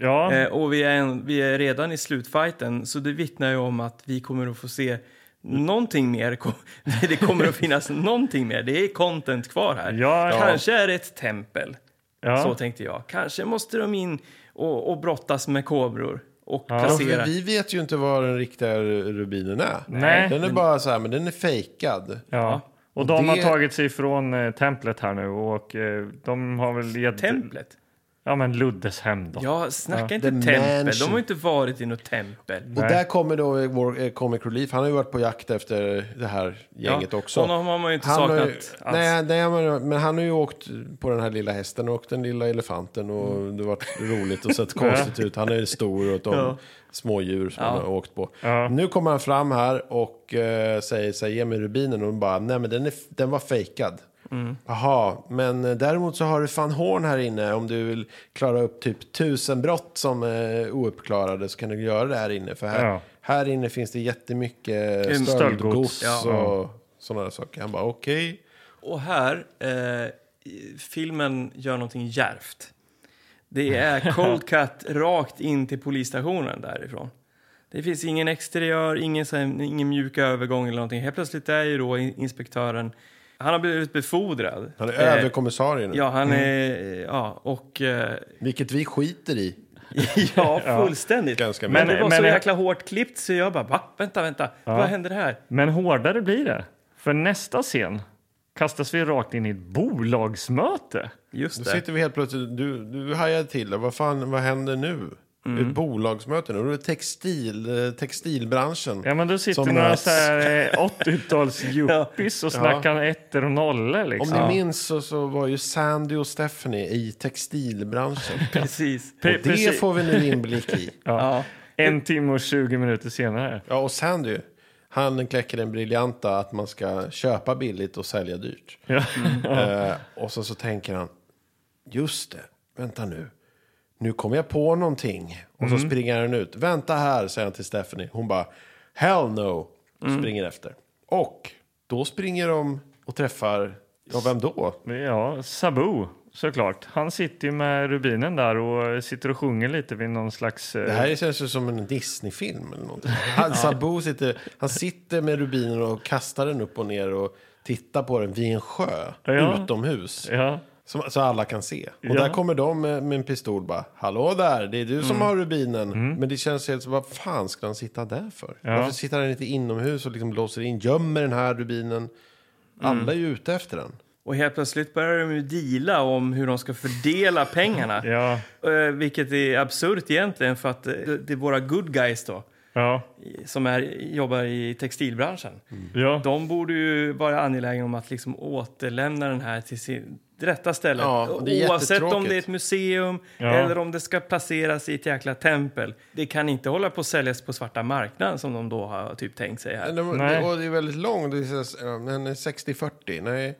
Speaker 2: ja.
Speaker 3: Eh, och vi är, en, vi är redan i slutfighten, så det vittnar ju om att vi kommer att få se någonting mer. Ko- Det kommer att finnas någonting mer. Det är content kvar här.
Speaker 2: Ja, ja.
Speaker 3: Kanske är det ett tempel.
Speaker 2: Ja.
Speaker 3: Så tänkte jag. Kanske måste de in och, och brottas med kobror och
Speaker 1: Ja,
Speaker 3: placera.
Speaker 1: vi vet ju inte vad den riktiga rubinen är.
Speaker 2: Nej.
Speaker 3: Mm.
Speaker 1: Den är bara så här, men den är fejkad.
Speaker 2: Ja. Och de har
Speaker 1: det-
Speaker 2: tagit sig ifrån eh, templet här nu och eh, de har väl gett...
Speaker 3: Templet?
Speaker 2: Ja, men Luddes hem då.
Speaker 3: Ja, snacka inte
Speaker 1: The
Speaker 3: tempel.
Speaker 1: mansion.
Speaker 3: De har ju inte varit i något tempel.
Speaker 1: Och
Speaker 2: Nej.
Speaker 1: där kommer då vår eh, comic relief. Han har ju varit på jakt efter det här gänget
Speaker 3: Ja,
Speaker 1: också.
Speaker 3: honom har man ju inte
Speaker 1: Han har
Speaker 3: saknat alls.
Speaker 1: nej, nej, men, men han har ju åkt på den här lilla hästen och den lilla elefanten och det har varit roligt och sett konstigt ut. Han är stor och de smådjur som han har åkt på. Nu kommer han fram här och eh, säger så här, ge mig rubinen och de bara, nej men den, är, f- den var fejkad.
Speaker 3: Mm.
Speaker 1: Jaha, men eh, däremot så har du fan Horn här inne. Om du vill klara upp typ tusen brott som är ouppklarade så kan du göra det här inne. För här,
Speaker 2: Ja.
Speaker 1: här inne finns det jättemycket
Speaker 3: Mm,
Speaker 1: stöldgods
Speaker 2: stöldgods.
Speaker 1: och sådana där saker. Han bara okej.
Speaker 3: Och här, eh, i- filmen gör någonting djärvt. Det är cold cut rakt in till polisstationen därifrån. Det finns ingen exteriör, ingen, så här- ingen mjuk övergång eller någonting. Helt plötsligt är ju då in- inspektören, han har blivit befordrad.
Speaker 1: Han är
Speaker 3: Eh,
Speaker 1: överkommissarie nu.
Speaker 3: Ja, han är, ja, och, eh,
Speaker 1: Vilket vi skiter i.
Speaker 3: ja, fullständigt.
Speaker 1: Ganska
Speaker 3: men,
Speaker 1: mycket.
Speaker 3: det var
Speaker 2: Men-
Speaker 3: så
Speaker 2: men-
Speaker 3: jäkla hårt klippt så jag bara, va? Vänta, vänta, vad händer här?
Speaker 2: Men hårdare blir det. För nästa scen kastas vi rakt in i ett bolagsmöte.
Speaker 1: Då
Speaker 3: Just det.
Speaker 1: sitter vi helt plötsligt, du, du hajade till det. Vad fan, vad händer nu?
Speaker 2: Mm.
Speaker 1: Ett bolagsmöte nu. Och det är textil, eh, textilbranschen.
Speaker 2: Ja, men då sitter
Speaker 1: Som
Speaker 2: några
Speaker 1: möts.
Speaker 2: så här, eh, 80-tals yuppies och snackar ettor och nollor.
Speaker 1: Om
Speaker 2: Liksom.
Speaker 1: ni minns så, så var ju Sandy och Stephanie i textilbranschen.
Speaker 3: Precis.
Speaker 2: Pre-
Speaker 1: Och det
Speaker 2: precis.
Speaker 1: får vi nu inblick i.
Speaker 3: Ja.
Speaker 2: En timme och 20 minuter senare.
Speaker 1: Ja, och Sandy, han kläcker den briljanta att man ska köpa billigt och sälja dyrt. Eh, och så, så tänker han, just det, vänta nu. Nu kom jag på någonting. Och så springer han ut. Vänta här, säger han till Stephanie. Hon bara, hell no. Och Springer efter. Och då springer de och träffar, ja vem då?
Speaker 2: Ja, Sabu såklart. Han sitter ju med rubinen där och sitter och sjunger lite vid någon slags... eh,
Speaker 1: Det här känns ju som en Disney-film eller någonting. Han, Sabu sitter, han sitter med rubinen och kastar den upp och ner och tittar på den vid en sjö
Speaker 2: Ja.
Speaker 1: utomhus.
Speaker 2: Ja,
Speaker 1: Som, så alla kan se. Och
Speaker 2: Ja.
Speaker 1: där kommer de med, med en pistol bara. Hallå där, det är du som
Speaker 2: Mm.
Speaker 1: har rubinen. Men det känns helt så, vad fan ska han sitta där för? Varför sitter han inte inomhus och liksom låser in, gömmer den här
Speaker 2: Mm.
Speaker 1: rubinen? Alla är ju ute efter den.
Speaker 3: Och helt plötsligt börjar de ju deala om hur de ska fördela pengarna.
Speaker 2: ja,
Speaker 3: Eh, vilket är absurt egentligen för att eh, det det är våra good guys då,
Speaker 2: ja,
Speaker 3: i- som är, jobbar i textilbranschen.
Speaker 2: ja.
Speaker 3: De borde ju vara angelägna om att liksom återlämna den här till sin rätta ställe.
Speaker 1: Ja, och det är
Speaker 3: Oavsett om
Speaker 1: jättetråkigt.
Speaker 3: det är ett museum
Speaker 2: Ja.
Speaker 3: eller om det ska placeras i ett jäkla tempel. Det kan inte hålla på att säljas på svarta marknaden som de då har typ tänkt sig här.
Speaker 1: Men de-
Speaker 2: Nej.
Speaker 1: Och det är väldigt långt. Det är så- ja, men 60-40, nej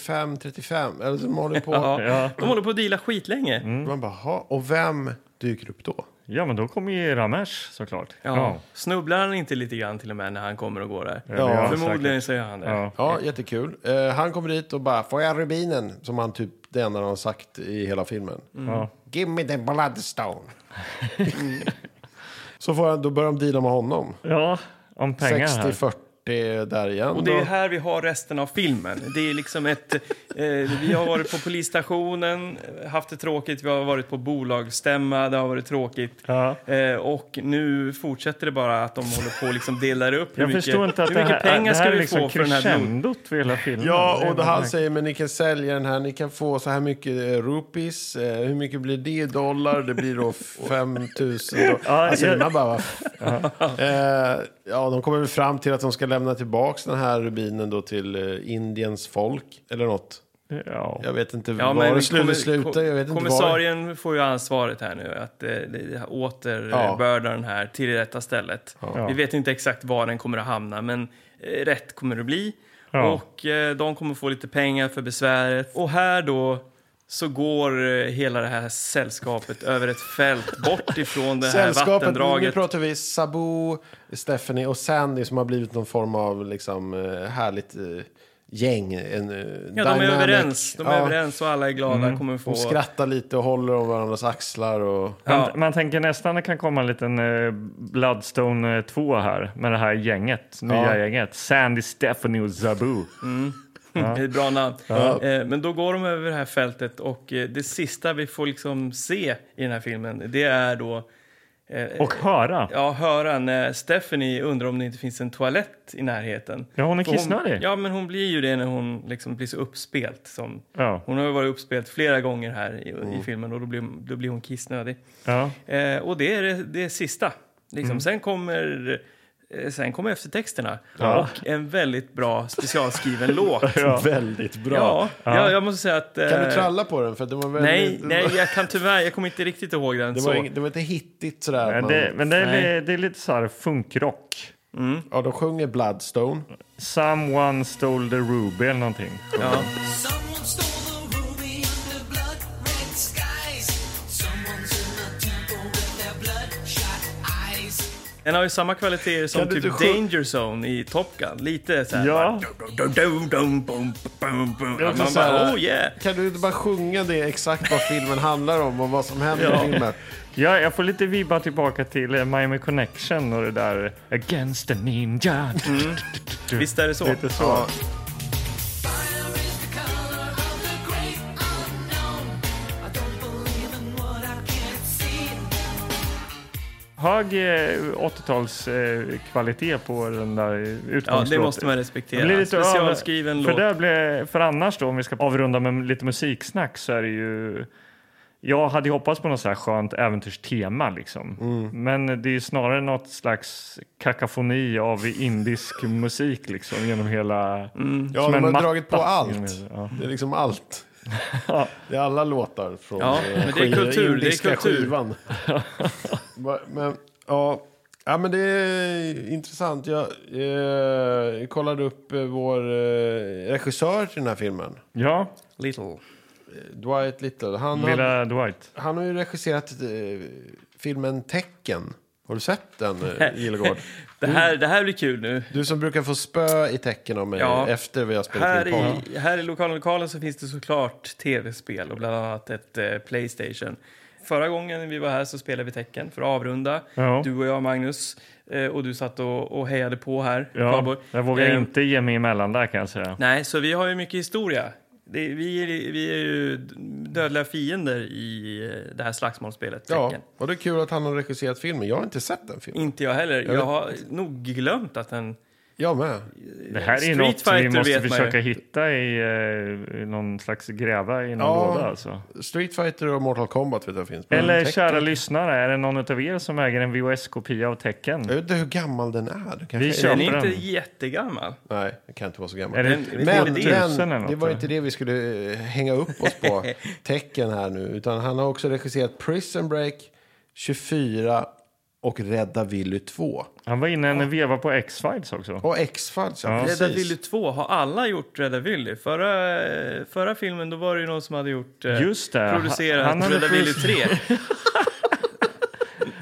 Speaker 1: 65-35. Eller så de håller på.
Speaker 3: Ja,
Speaker 2: Ja. Mm.
Speaker 3: De håller på att deala skitlänge.
Speaker 1: Man bara, "Ha, och vem dyker upp då?
Speaker 2: Ja, men då kommer ju Ramesh såklart.
Speaker 3: Ja. Snubblar han inte lite grann till och med när han kommer och går där?
Speaker 2: det gör han
Speaker 3: Förmodligen så gör han det.
Speaker 2: Ja.
Speaker 1: Ja, jättekul. Eh, han kommer dit och bara, får jag rubinen? Som han typ, det enda han har sagt i hela filmen.
Speaker 3: Mm.
Speaker 2: Ja.
Speaker 1: Mm. Give me the bloodstone. så får han, då börjar de deala med honom.
Speaker 2: ja, om pengar här.
Speaker 1: 60-40 40 där igen.
Speaker 3: Och det
Speaker 1: då.
Speaker 3: är här vi har resten av filmen. Det är liksom ett... Eh, vi har varit på polisstationen, eh, haft det tråkigt. Vi har varit på bolagsstämma, det har varit tråkigt.
Speaker 2: Ja.
Speaker 3: Eh, och nu fortsätter det bara att de håller på och liksom delar upp hur
Speaker 2: Jag
Speaker 3: mycket,
Speaker 2: förstår inte att
Speaker 3: hur
Speaker 2: det
Speaker 3: mycket
Speaker 2: här,
Speaker 3: pengar
Speaker 2: det här
Speaker 3: ska
Speaker 2: är
Speaker 3: vi
Speaker 2: liksom
Speaker 3: få för den här blod...
Speaker 2: crescendot för hela filmen. Det
Speaker 1: Ja,
Speaker 2: är
Speaker 1: och då
Speaker 2: bara
Speaker 1: han
Speaker 2: märkligt.
Speaker 1: säger men ni kan sälja den här, ni kan få så här mycket eh, rupees, eh, hur mycket blir det i dollar? Det blir då 5 000. dollar.
Speaker 2: Ja,
Speaker 1: alltså,
Speaker 2: jag-
Speaker 1: man bara, va? eh, ja, de kommer väl fram till att de ska lämna tillbaka den här rubinen då till eh, Indiens folk eller något.
Speaker 2: Ja.
Speaker 1: Jag vet inte
Speaker 3: Ja,
Speaker 1: var
Speaker 3: men
Speaker 1: det skulle
Speaker 3: kommer-
Speaker 1: sluta. Jag vet inte var.
Speaker 3: kommissarien får ju ansvaret här nu att eh, det-
Speaker 1: Ja.
Speaker 3: återbörda den här till det rätta stället. Vi vet inte exakt var den kommer att hamna, men eh, rätt kommer det bli.
Speaker 2: Ja.
Speaker 3: Och eh, de kommer få lite pengar för besväret. Och här då så går eh, hela det här sällskapet över ett fält bort ifrån det här
Speaker 1: Sällskapet, nu
Speaker 3: vattendraget.
Speaker 1: pratar vi Sabu, Stephanie och Sandy som har blivit någon form av liksom, eh, härligt eh, gäng. En, eh,
Speaker 3: Ja, de är
Speaker 1: dynamic.
Speaker 3: överens. De är
Speaker 1: Ja.
Speaker 3: överens och alla är glada. Kommer få...
Speaker 1: De skrattar lite och håller om varandras axlar. Och...
Speaker 2: Man,
Speaker 3: Ja.
Speaker 2: man tänker nästan det kan komma en liten eh, Bloodstone eh, 2 här med det här gänget, nya
Speaker 1: Ja.
Speaker 2: gänget. Sandy, Stephanie och Zabu.
Speaker 3: Det är ett bra namn. Eh, Men då går de över det här fältet och eh, det sista vi får liksom se i den här filmen det är då eh,
Speaker 2: Och höra.
Speaker 3: Ja, höra när Stephanie undrar om det inte finns en toalett i närheten.
Speaker 2: Ja, hon är
Speaker 3: För
Speaker 2: kissnödig.
Speaker 3: Ja, men hon blir ju det när hon liksom blir så uppspelt. Som,
Speaker 2: Ja. Mm.
Speaker 3: Hon har ju varit uppspelt flera gånger här i, i filmen och då blir, då blir hon kissnödig.
Speaker 2: Ja.
Speaker 3: Eh, och det är det, det sista. Liksom.
Speaker 2: Mm.
Speaker 3: Sen kommer... eh, Sen kommer eftertexterna och en väldigt bra specialskriven låt.
Speaker 1: Väldigt bra.
Speaker 3: Ja, jag, jag måste säga att...
Speaker 1: Kan du
Speaker 3: eh,
Speaker 1: tralla på den? För det var
Speaker 3: Nej,
Speaker 1: väldigt...
Speaker 3: nej, jag kan tyvärr, jag kommer inte riktigt ihåg den.
Speaker 1: Det
Speaker 3: så.
Speaker 1: var, ing- det var inte hittigt sådär.
Speaker 2: Men
Speaker 1: Man,
Speaker 2: det, men det, är,
Speaker 3: Nej.
Speaker 2: det är lite så här funkrock.
Speaker 1: Ja, de sjunger Bloodstone.
Speaker 2: Someone stole the ruby eller någonting.
Speaker 3: Ja.
Speaker 8: Someone stole the ruby under blood red skies. Someone's in the temple with their bloodshot eyes.
Speaker 3: Den har ju samma kvaliteter som
Speaker 1: Kan du
Speaker 3: typ
Speaker 1: inte sjung-
Speaker 3: Danger Zone i Top Gun. Lite såhär...
Speaker 2: Ja,
Speaker 3: Man
Speaker 1: Så
Speaker 3: bara,
Speaker 1: såhär,
Speaker 3: oh yeah!
Speaker 1: Kan du inte bara sjunga det exakt vad filmen handlar om och vad som händer i filmen?
Speaker 2: ja, jag får lite vibba tillbaka till eh, Miami Connection och det där eh, Against the Ninja.
Speaker 3: Mm. Visst är det så?
Speaker 2: Lite så.
Speaker 8: Fire is the color of the great unknown. I don't believe in what I can't see.
Speaker 2: Hög eh, 80-talskvalitet eh, kvalitet på den där eh, utgångslåten.
Speaker 3: Ja, det måste man respektera.
Speaker 2: Det blir lite
Speaker 3: Specialskriven
Speaker 2: över-
Speaker 3: låt.
Speaker 2: För, där blir, för annars då, om vi ska avrunda med lite musiksnack så är det ju... Jag hade ju hoppats på något så här skönt äventyrstema liksom.
Speaker 3: Mm.
Speaker 2: Men det är ju snarare något slags kakafoni av indisk musik liksom genom hela...
Speaker 3: Mm.
Speaker 1: Ja,
Speaker 2: Som
Speaker 1: de
Speaker 2: en
Speaker 1: har
Speaker 2: matta.
Speaker 1: dragit på
Speaker 2: Genom
Speaker 1: allt.
Speaker 2: hela- ja.
Speaker 1: Det är liksom allt. Det är alla låtar från
Speaker 3: Ja,
Speaker 1: eh,
Speaker 3: men det är
Speaker 1: skiv-
Speaker 3: kultur, det är
Speaker 1: indiska
Speaker 3: kultur.
Speaker 1: skivan. Va- men, ja, ja, men det är intressant. Jag eh, kollade upp eh, vår eh, regissör till den här filmen.
Speaker 2: Ja,
Speaker 3: Little.
Speaker 1: Dwight Little. Han, har,
Speaker 2: lilla Dwight.
Speaker 1: han har ju regisserat eh, filmen Tecken. Har du sett den, eh, Gillegård?
Speaker 3: Det här, det här blir kul nu.
Speaker 1: Du som brukar få spö i tecken av mig
Speaker 3: Ja.
Speaker 1: efter vi har spelat
Speaker 3: Här
Speaker 1: in podden.
Speaker 3: i, här i lokalen, lokalen så finns det såklart tv-spel och bland annat ett eh, Playstation. Förra gången vi var här så spelade vi tecken för att avrunda.
Speaker 2: Ja.
Speaker 3: Du och jag, Magnus. Eh, och du satt och, och hejade på här.
Speaker 2: Ja,
Speaker 3: Valborg.
Speaker 2: jag vågar
Speaker 3: Eh,
Speaker 2: inte ge mig emellan där kan jag säga.
Speaker 3: Nej, så vi har ju mycket historia. Det, vi, är, vi är ju dödliga fiender i eh, det här slagsmålsspelet.
Speaker 1: Ja,
Speaker 3: Tekken.
Speaker 1: och det är kul att han har regisserat filmen. Jag har inte sett den filmen.
Speaker 3: Inte jag heller. Jag
Speaker 1: vet-
Speaker 3: har nog glömt att den...
Speaker 1: Jag med.
Speaker 2: Det här är
Speaker 3: Street
Speaker 2: något vi
Speaker 3: Fighter
Speaker 2: måste
Speaker 3: vet man
Speaker 2: försöka
Speaker 3: ju.
Speaker 2: hitta i eh, i någon slags gräva i någon
Speaker 1: Ja.
Speaker 2: låda alltså.
Speaker 1: Street Fighter och Mortal Kombat vet jag finns. Men
Speaker 2: Eller
Speaker 1: Tekken-
Speaker 2: kära lyssnare, är det någon av er som äger en VHS-kopia av Tecken?
Speaker 1: Jag vet inte hur gammal den är. Den kanske
Speaker 2: Vi
Speaker 1: är-
Speaker 2: kör.
Speaker 3: Den är
Speaker 2: Köper
Speaker 3: inte
Speaker 2: den.
Speaker 3: jättegammal.
Speaker 1: Nej, den kan inte vara så gammal.
Speaker 2: Är det
Speaker 3: Men-
Speaker 2: men,
Speaker 1: men
Speaker 2: 2000 eller
Speaker 1: men
Speaker 2: något?
Speaker 1: det var inte det vi skulle eh, hänga upp oss på. Tecken här nu. Utan han har också regisserat Prison Break, 24 och Rädda Willy 2.
Speaker 2: Han var inne en veva på X-Files också.
Speaker 1: Och X-Files, ja,
Speaker 2: Ja.
Speaker 1: precis.
Speaker 3: Rädda Willy 2, har alla gjort Rädda Willy? Förra, eh, förra filmen då var det ju någon som hade gjort... eh,
Speaker 2: Just det.
Speaker 3: Producerat
Speaker 2: Han hade
Speaker 3: Rädda Willy 3.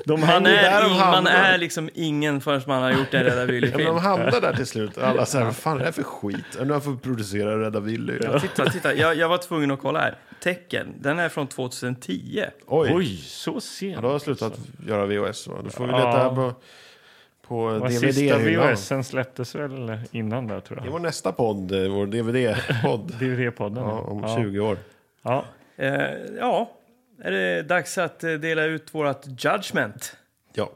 Speaker 2: De
Speaker 3: Man
Speaker 2: hänger-
Speaker 1: där
Speaker 3: är,
Speaker 1: de
Speaker 3: in, man
Speaker 1: hamnar.
Speaker 3: är liksom ingen förrän man har gjort en Rädda
Speaker 1: Ja, men de
Speaker 3: Willy-film.
Speaker 1: hamnar där till slut. Alla så här, vad fan är det här för skit? Ja, Nu har jag fått producera Rädda Willy.
Speaker 3: Titta, titta. Jag, jag var tvungen att kolla här. Tecken, den är från 2010.
Speaker 1: Oj,
Speaker 2: Oj, så sent. Alltså.
Speaker 1: då har jag slutat göra VHS. va? Då får vi
Speaker 2: Ja.
Speaker 1: leta här på, På
Speaker 2: Och sista
Speaker 1: DVD-hyllan.
Speaker 2: VHSen släpptes väl innan där tror
Speaker 1: Det
Speaker 2: jag.
Speaker 1: var nästa podd, eh, vår DVD-podd.
Speaker 2: DVD-podden.
Speaker 1: Ja, om 20 år.
Speaker 2: Ja.
Speaker 3: Eh, ja, är det dags att eh, dela ut vårt judgment?
Speaker 1: Ja.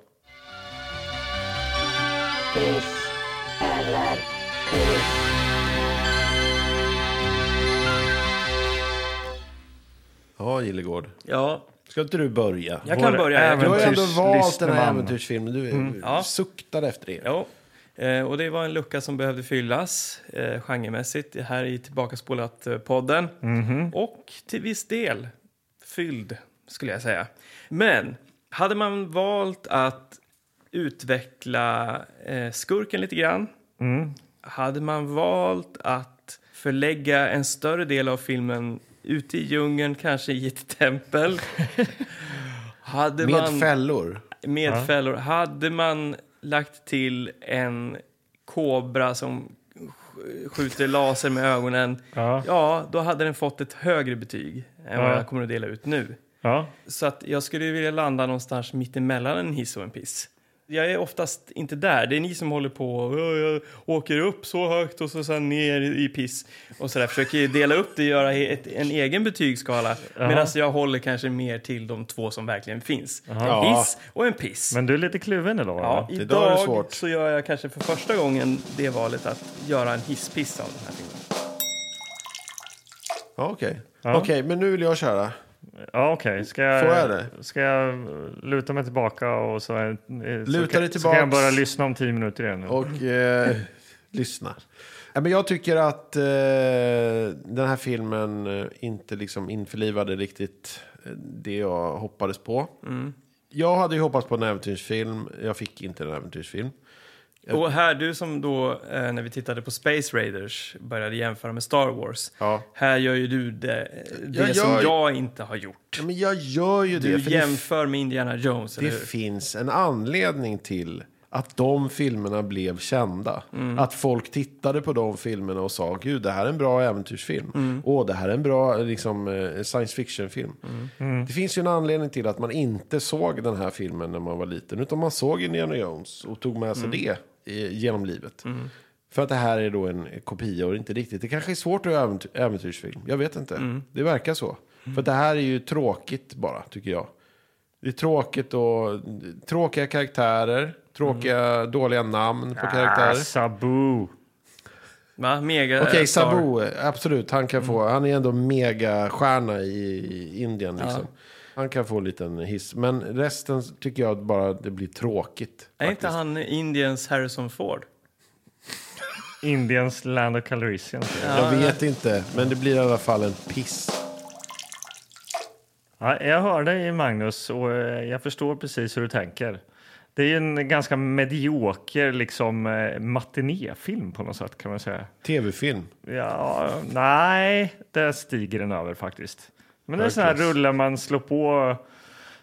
Speaker 1: Ja, Gillegård.
Speaker 3: Ja,
Speaker 1: Ska inte du börja?
Speaker 3: jag kan
Speaker 2: Vår
Speaker 3: börja. Jag
Speaker 1: Du
Speaker 3: kan
Speaker 1: har ju
Speaker 3: börja.
Speaker 1: ändå valt den här
Speaker 2: Äventyrslyssneman.
Speaker 1: äventyrsfilmen. Du
Speaker 3: Ja.
Speaker 1: suktar efter det.
Speaker 3: Ja, eh, och det var en lucka som behövde fyllas eh, genremässigt Det här i Tillbakaspolat-podden. Och till viss del fylld, skulle jag säga. Men hade man valt att utveckla eh, skurken lite grann hade man valt att förlägga en större del av filmen ute i djungeln, kanske i ett tempel hade
Speaker 1: Med
Speaker 3: man
Speaker 1: fällor.
Speaker 3: medfällor. Hade man lagt till en kobra som sk- skjuter laser med ögonen,
Speaker 2: Ja.
Speaker 3: ja, då hade den fått ett högre betyg än vad
Speaker 2: Ja.
Speaker 3: jag kommer att dela ut nu.
Speaker 2: Ja.
Speaker 3: Så att jag skulle vilja landa någonstans mittemellan en hiss och en piss. Jag är oftast inte där. Det är ni som håller på och "Åh, jag åker upp så högt och så sen ner i i piss och så där. Försöker ju dela upp det och göra ett, en egen betygsskala. Medan jag håller kanske mer till de två som verkligen finns. En hiss och en piss.
Speaker 2: Men du är lite kluven idag?
Speaker 3: Ja,
Speaker 2: va?
Speaker 1: där är det
Speaker 3: idag
Speaker 1: svårt.
Speaker 3: så gör jag kanske för första gången det valet att göra en hisspiss av den här filmen.
Speaker 1: Ja, okej. Okej, men nu vill jag köra.
Speaker 2: Ja, okej. Ska, jag-
Speaker 1: Får jag det?
Speaker 2: ska jag eh, luta mig tillbaka och så, eh, så,
Speaker 1: dig
Speaker 2: kan, så kan
Speaker 1: tillbaks.
Speaker 2: jag bara lyssna om tio minuter igen?
Speaker 1: och eh, lyssnar. Ja, men jag tycker att eh, den här filmen eh, inte liksom införlivade riktigt eh, det jag hoppades på.
Speaker 3: Mm.
Speaker 1: Jag hade ju hoppats på en äventyrsfilm. Jag fick inte en äventyrsfilm.
Speaker 3: Och här, du som då, eh, när vi tittade på Space Raiders, började jämföra med Star Wars.
Speaker 1: Ja.
Speaker 3: Här gör ju du det, det
Speaker 1: Jag
Speaker 3: som
Speaker 1: gör-
Speaker 3: jag inte har gjort.
Speaker 1: Ja, men jag gör ju det.
Speaker 3: Du
Speaker 1: för det
Speaker 3: jämför med Indiana Jones,
Speaker 1: det
Speaker 3: eller hur?
Speaker 1: finns en anledning till att de filmerna blev kända. Att folk tittade på de filmerna och sa gud det här är en bra äventyrsfilm. Åh, det här är en bra liksom, eh, science fiction-film. Det finns ju en anledning till att man inte såg den här filmen när man var liten. Utan man såg Indiana Jones och tog med sig det eh, genom livet. För att det här är då en kopia och inte riktigt. Det kanske är svårt att göra äventy- äventyrsfilm. Jag vet inte. Det verkar så. För det här är ju tråkigt bara, tycker jag. Det är tråkigt och tråkiga karaktärer, tråkiga
Speaker 3: Mm.
Speaker 1: dåliga namn på
Speaker 2: Ah,
Speaker 1: karaktärer.
Speaker 2: Sabu.
Speaker 3: Va? Mega
Speaker 1: Okej,
Speaker 3: eh, Mm. Star-
Speaker 1: Sabu, absolut, han kan få, han är ändå megastjärna i i Indien liksom. Han kan få en liten hiss, men resten tycker jag bara det blir tråkigt.
Speaker 3: Är inte han Indiens Harrison Ford?
Speaker 2: Indiens Land of Calrissian.
Speaker 1: Jag vet inte, men det blir i alla fall en piss.
Speaker 2: Ja, jag hör dig, Magnus, och eh, jag förstår precis hur du tänker. Det är ju en ganska medioker liksom, eh, matinéfilm på något sätt. kan man säga.
Speaker 1: Tv-film.
Speaker 3: Mm.
Speaker 2: Ja, nej, det stiger den över faktiskt. Men det
Speaker 1: Hög
Speaker 2: är en sån här
Speaker 1: klass.
Speaker 2: rullar man slår på,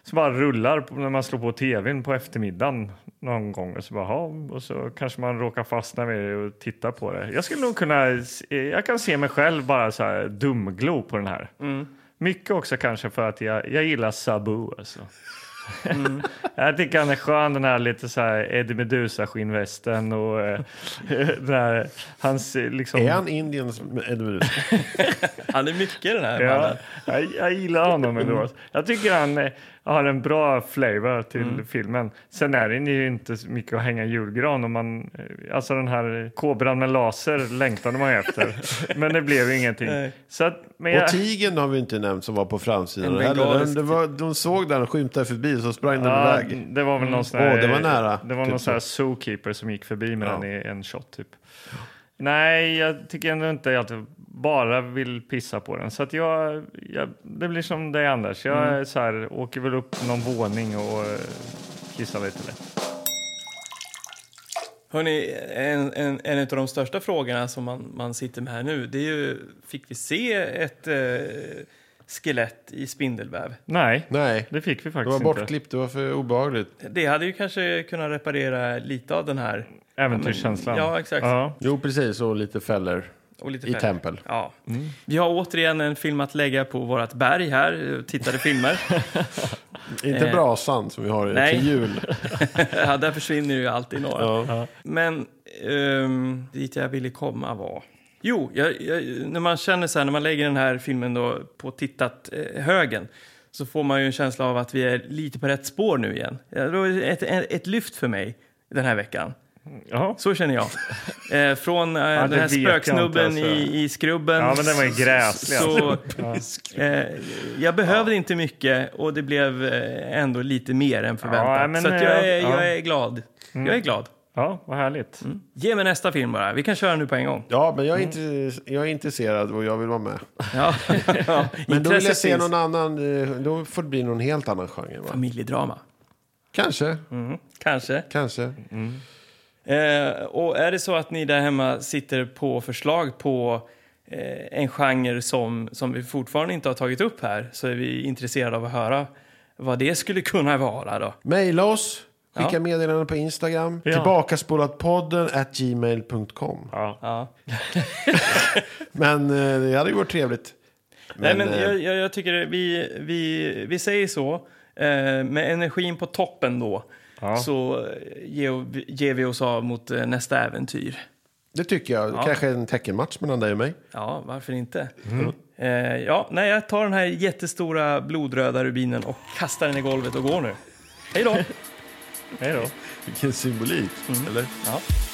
Speaker 2: så bara rullar på- när man slår på tvn på eftermiddagen någon gång och så bara, "Ha", och så kanske man råkar fastna vid det och titta på det. Jag skulle nog kunna, se- jag kan se mig själv bara så här dumglo på den här.
Speaker 1: Mm.
Speaker 2: Mycket också kanske för att jag, jag gillar Sabu alltså.
Speaker 1: Mm.
Speaker 2: Jag tycker han är skön, den här lite så här Eddie Meduza-skinnvästen och eh, den här, hans eh, liksom...
Speaker 1: Är han Indiens... eller-
Speaker 3: Han är mycket den här
Speaker 2: Ja,
Speaker 3: mannen.
Speaker 2: jag, jag gillar honom ändå. Jag tycker han eh, har en bra flavor till filmen. Sen är den ju inte så mycket att hänga i julgran. Om man, eh, alltså den här eh, kobran med laser längtade man ju efter. men det blev ju ingenting. Så att, men jag,
Speaker 1: Och tigern har vi inte nämnt som var på framsidan.
Speaker 3: En
Speaker 1: heller. Den,
Speaker 3: bengalisk-
Speaker 1: det var, de såg den, skymtade förbi och så sprang den
Speaker 2: ja,
Speaker 1: iväg.
Speaker 2: det var väl någon sån
Speaker 1: Mm. Åh,
Speaker 2: här,
Speaker 1: det var nära.
Speaker 2: Det var
Speaker 1: Typ
Speaker 2: någon
Speaker 1: så.
Speaker 2: sån här zookeeper som gick förbi med
Speaker 1: Ja.
Speaker 2: den i en shot typ. Nej, jag tycker ändå inte att jag bara vill pissa på den. Så att jag, jag, det blir som dig Anders. Jag
Speaker 1: Mm.
Speaker 2: är så här, åker väl upp någon våning och eh, kissar lite lätt.
Speaker 3: Hörrni, en, en, en av de största frågorna som man, man sitter med här nu, det är ju, fick vi se ett eh, skelett i spindelväv?
Speaker 2: Nej,
Speaker 1: Nej,
Speaker 2: det fick vi
Speaker 1: det
Speaker 2: faktiskt
Speaker 1: var
Speaker 2: inte.
Speaker 1: bortklippt. Det var för obehagligt.
Speaker 3: Det hade ju kanske kunnat reparera lite av den här.
Speaker 2: Äventyrskänslan.
Speaker 3: Ja, exakt.
Speaker 2: Ja.
Speaker 1: Jo, precis. Och lite fällor.
Speaker 3: Och lite
Speaker 1: I
Speaker 3: färg.
Speaker 1: tempel.
Speaker 3: Ja. Vi har återigen en film att lägga på vårt berg här, eh, tittade filmer.
Speaker 1: Inte
Speaker 3: Eh.
Speaker 1: brasan som vi har
Speaker 3: Nej.
Speaker 1: till jul.
Speaker 3: ja, där försvinner ju alltid några.
Speaker 1: Ja.
Speaker 3: Men ehm, dit jag ville komma var... Jo, jag, jag, när man känner så här, när man lägger den här filmen då på tittat eh, högen så får man ju en känsla av att vi är lite på rätt spår nu igen. Ja, det var ett, ett, ett lyft för mig den här veckan.
Speaker 2: Ja.
Speaker 3: Så känner jag. Eh, från eh,
Speaker 2: det
Speaker 3: den här
Speaker 2: vet jag inte,
Speaker 3: spöksnubben
Speaker 2: alltså.
Speaker 3: i, i Skrubben.
Speaker 2: Ja, men den var ju gräslig, alltså.
Speaker 3: Så, eh, jag behövde inte mycket och det blev eh, ändå lite mer än förväntat.
Speaker 2: Ja, men,
Speaker 3: så att
Speaker 2: eh,
Speaker 3: jag, är,
Speaker 2: ja. Mm.
Speaker 3: jag är glad. Jag är glad.
Speaker 2: ja, vad härligt.
Speaker 1: Mm.
Speaker 3: Ge mig nästa film bara. Vi kan köra nu på en gång.
Speaker 1: Ja, men jag är,
Speaker 3: Mm.
Speaker 1: inte, jag är intresserad och jag vill vara med.
Speaker 3: Ja. ja.
Speaker 1: Men då vill jag
Speaker 3: Intresset
Speaker 1: se
Speaker 3: finns.
Speaker 1: någon annan, eh, då får det bli någon helt annan genre. Va?
Speaker 3: Familjedrama.
Speaker 1: Kanske,
Speaker 3: Mm. Kanske.
Speaker 1: kanske.
Speaker 3: Eh, och är det så att ni där hemma sitter på förslag på eh, en genre som, som vi fortfarande inte har tagit upp här så är vi intresserade av att höra vad det skulle kunna vara då.
Speaker 1: Maila oss, skicka
Speaker 3: Ja.
Speaker 1: meddelanden på Instagram.
Speaker 2: Ja.
Speaker 1: Tillbakaspolatpodden at gmail.com.
Speaker 3: Ja.
Speaker 1: Men eh, det hade ju varit trevligt.
Speaker 3: Nej, men
Speaker 1: eh,
Speaker 3: jag, jag, jag tycker vi, vi, vi säger så. Eh, med energin på toppen då så eh, ger, ger vi oss av mot eh, nästa äventyr.
Speaker 1: Det tycker jag. Kanske en teckenmatch mellan dig och mig.
Speaker 3: Ja, varför inte?
Speaker 2: Mm.
Speaker 3: Eh, ja, nej, jag tar den här jättestora blodröda rubinen och kastar den i golvet och går nu. Hej då!
Speaker 2: Hej då.
Speaker 3: Mm.
Speaker 1: Vilken symbolik, eller?
Speaker 3: ja.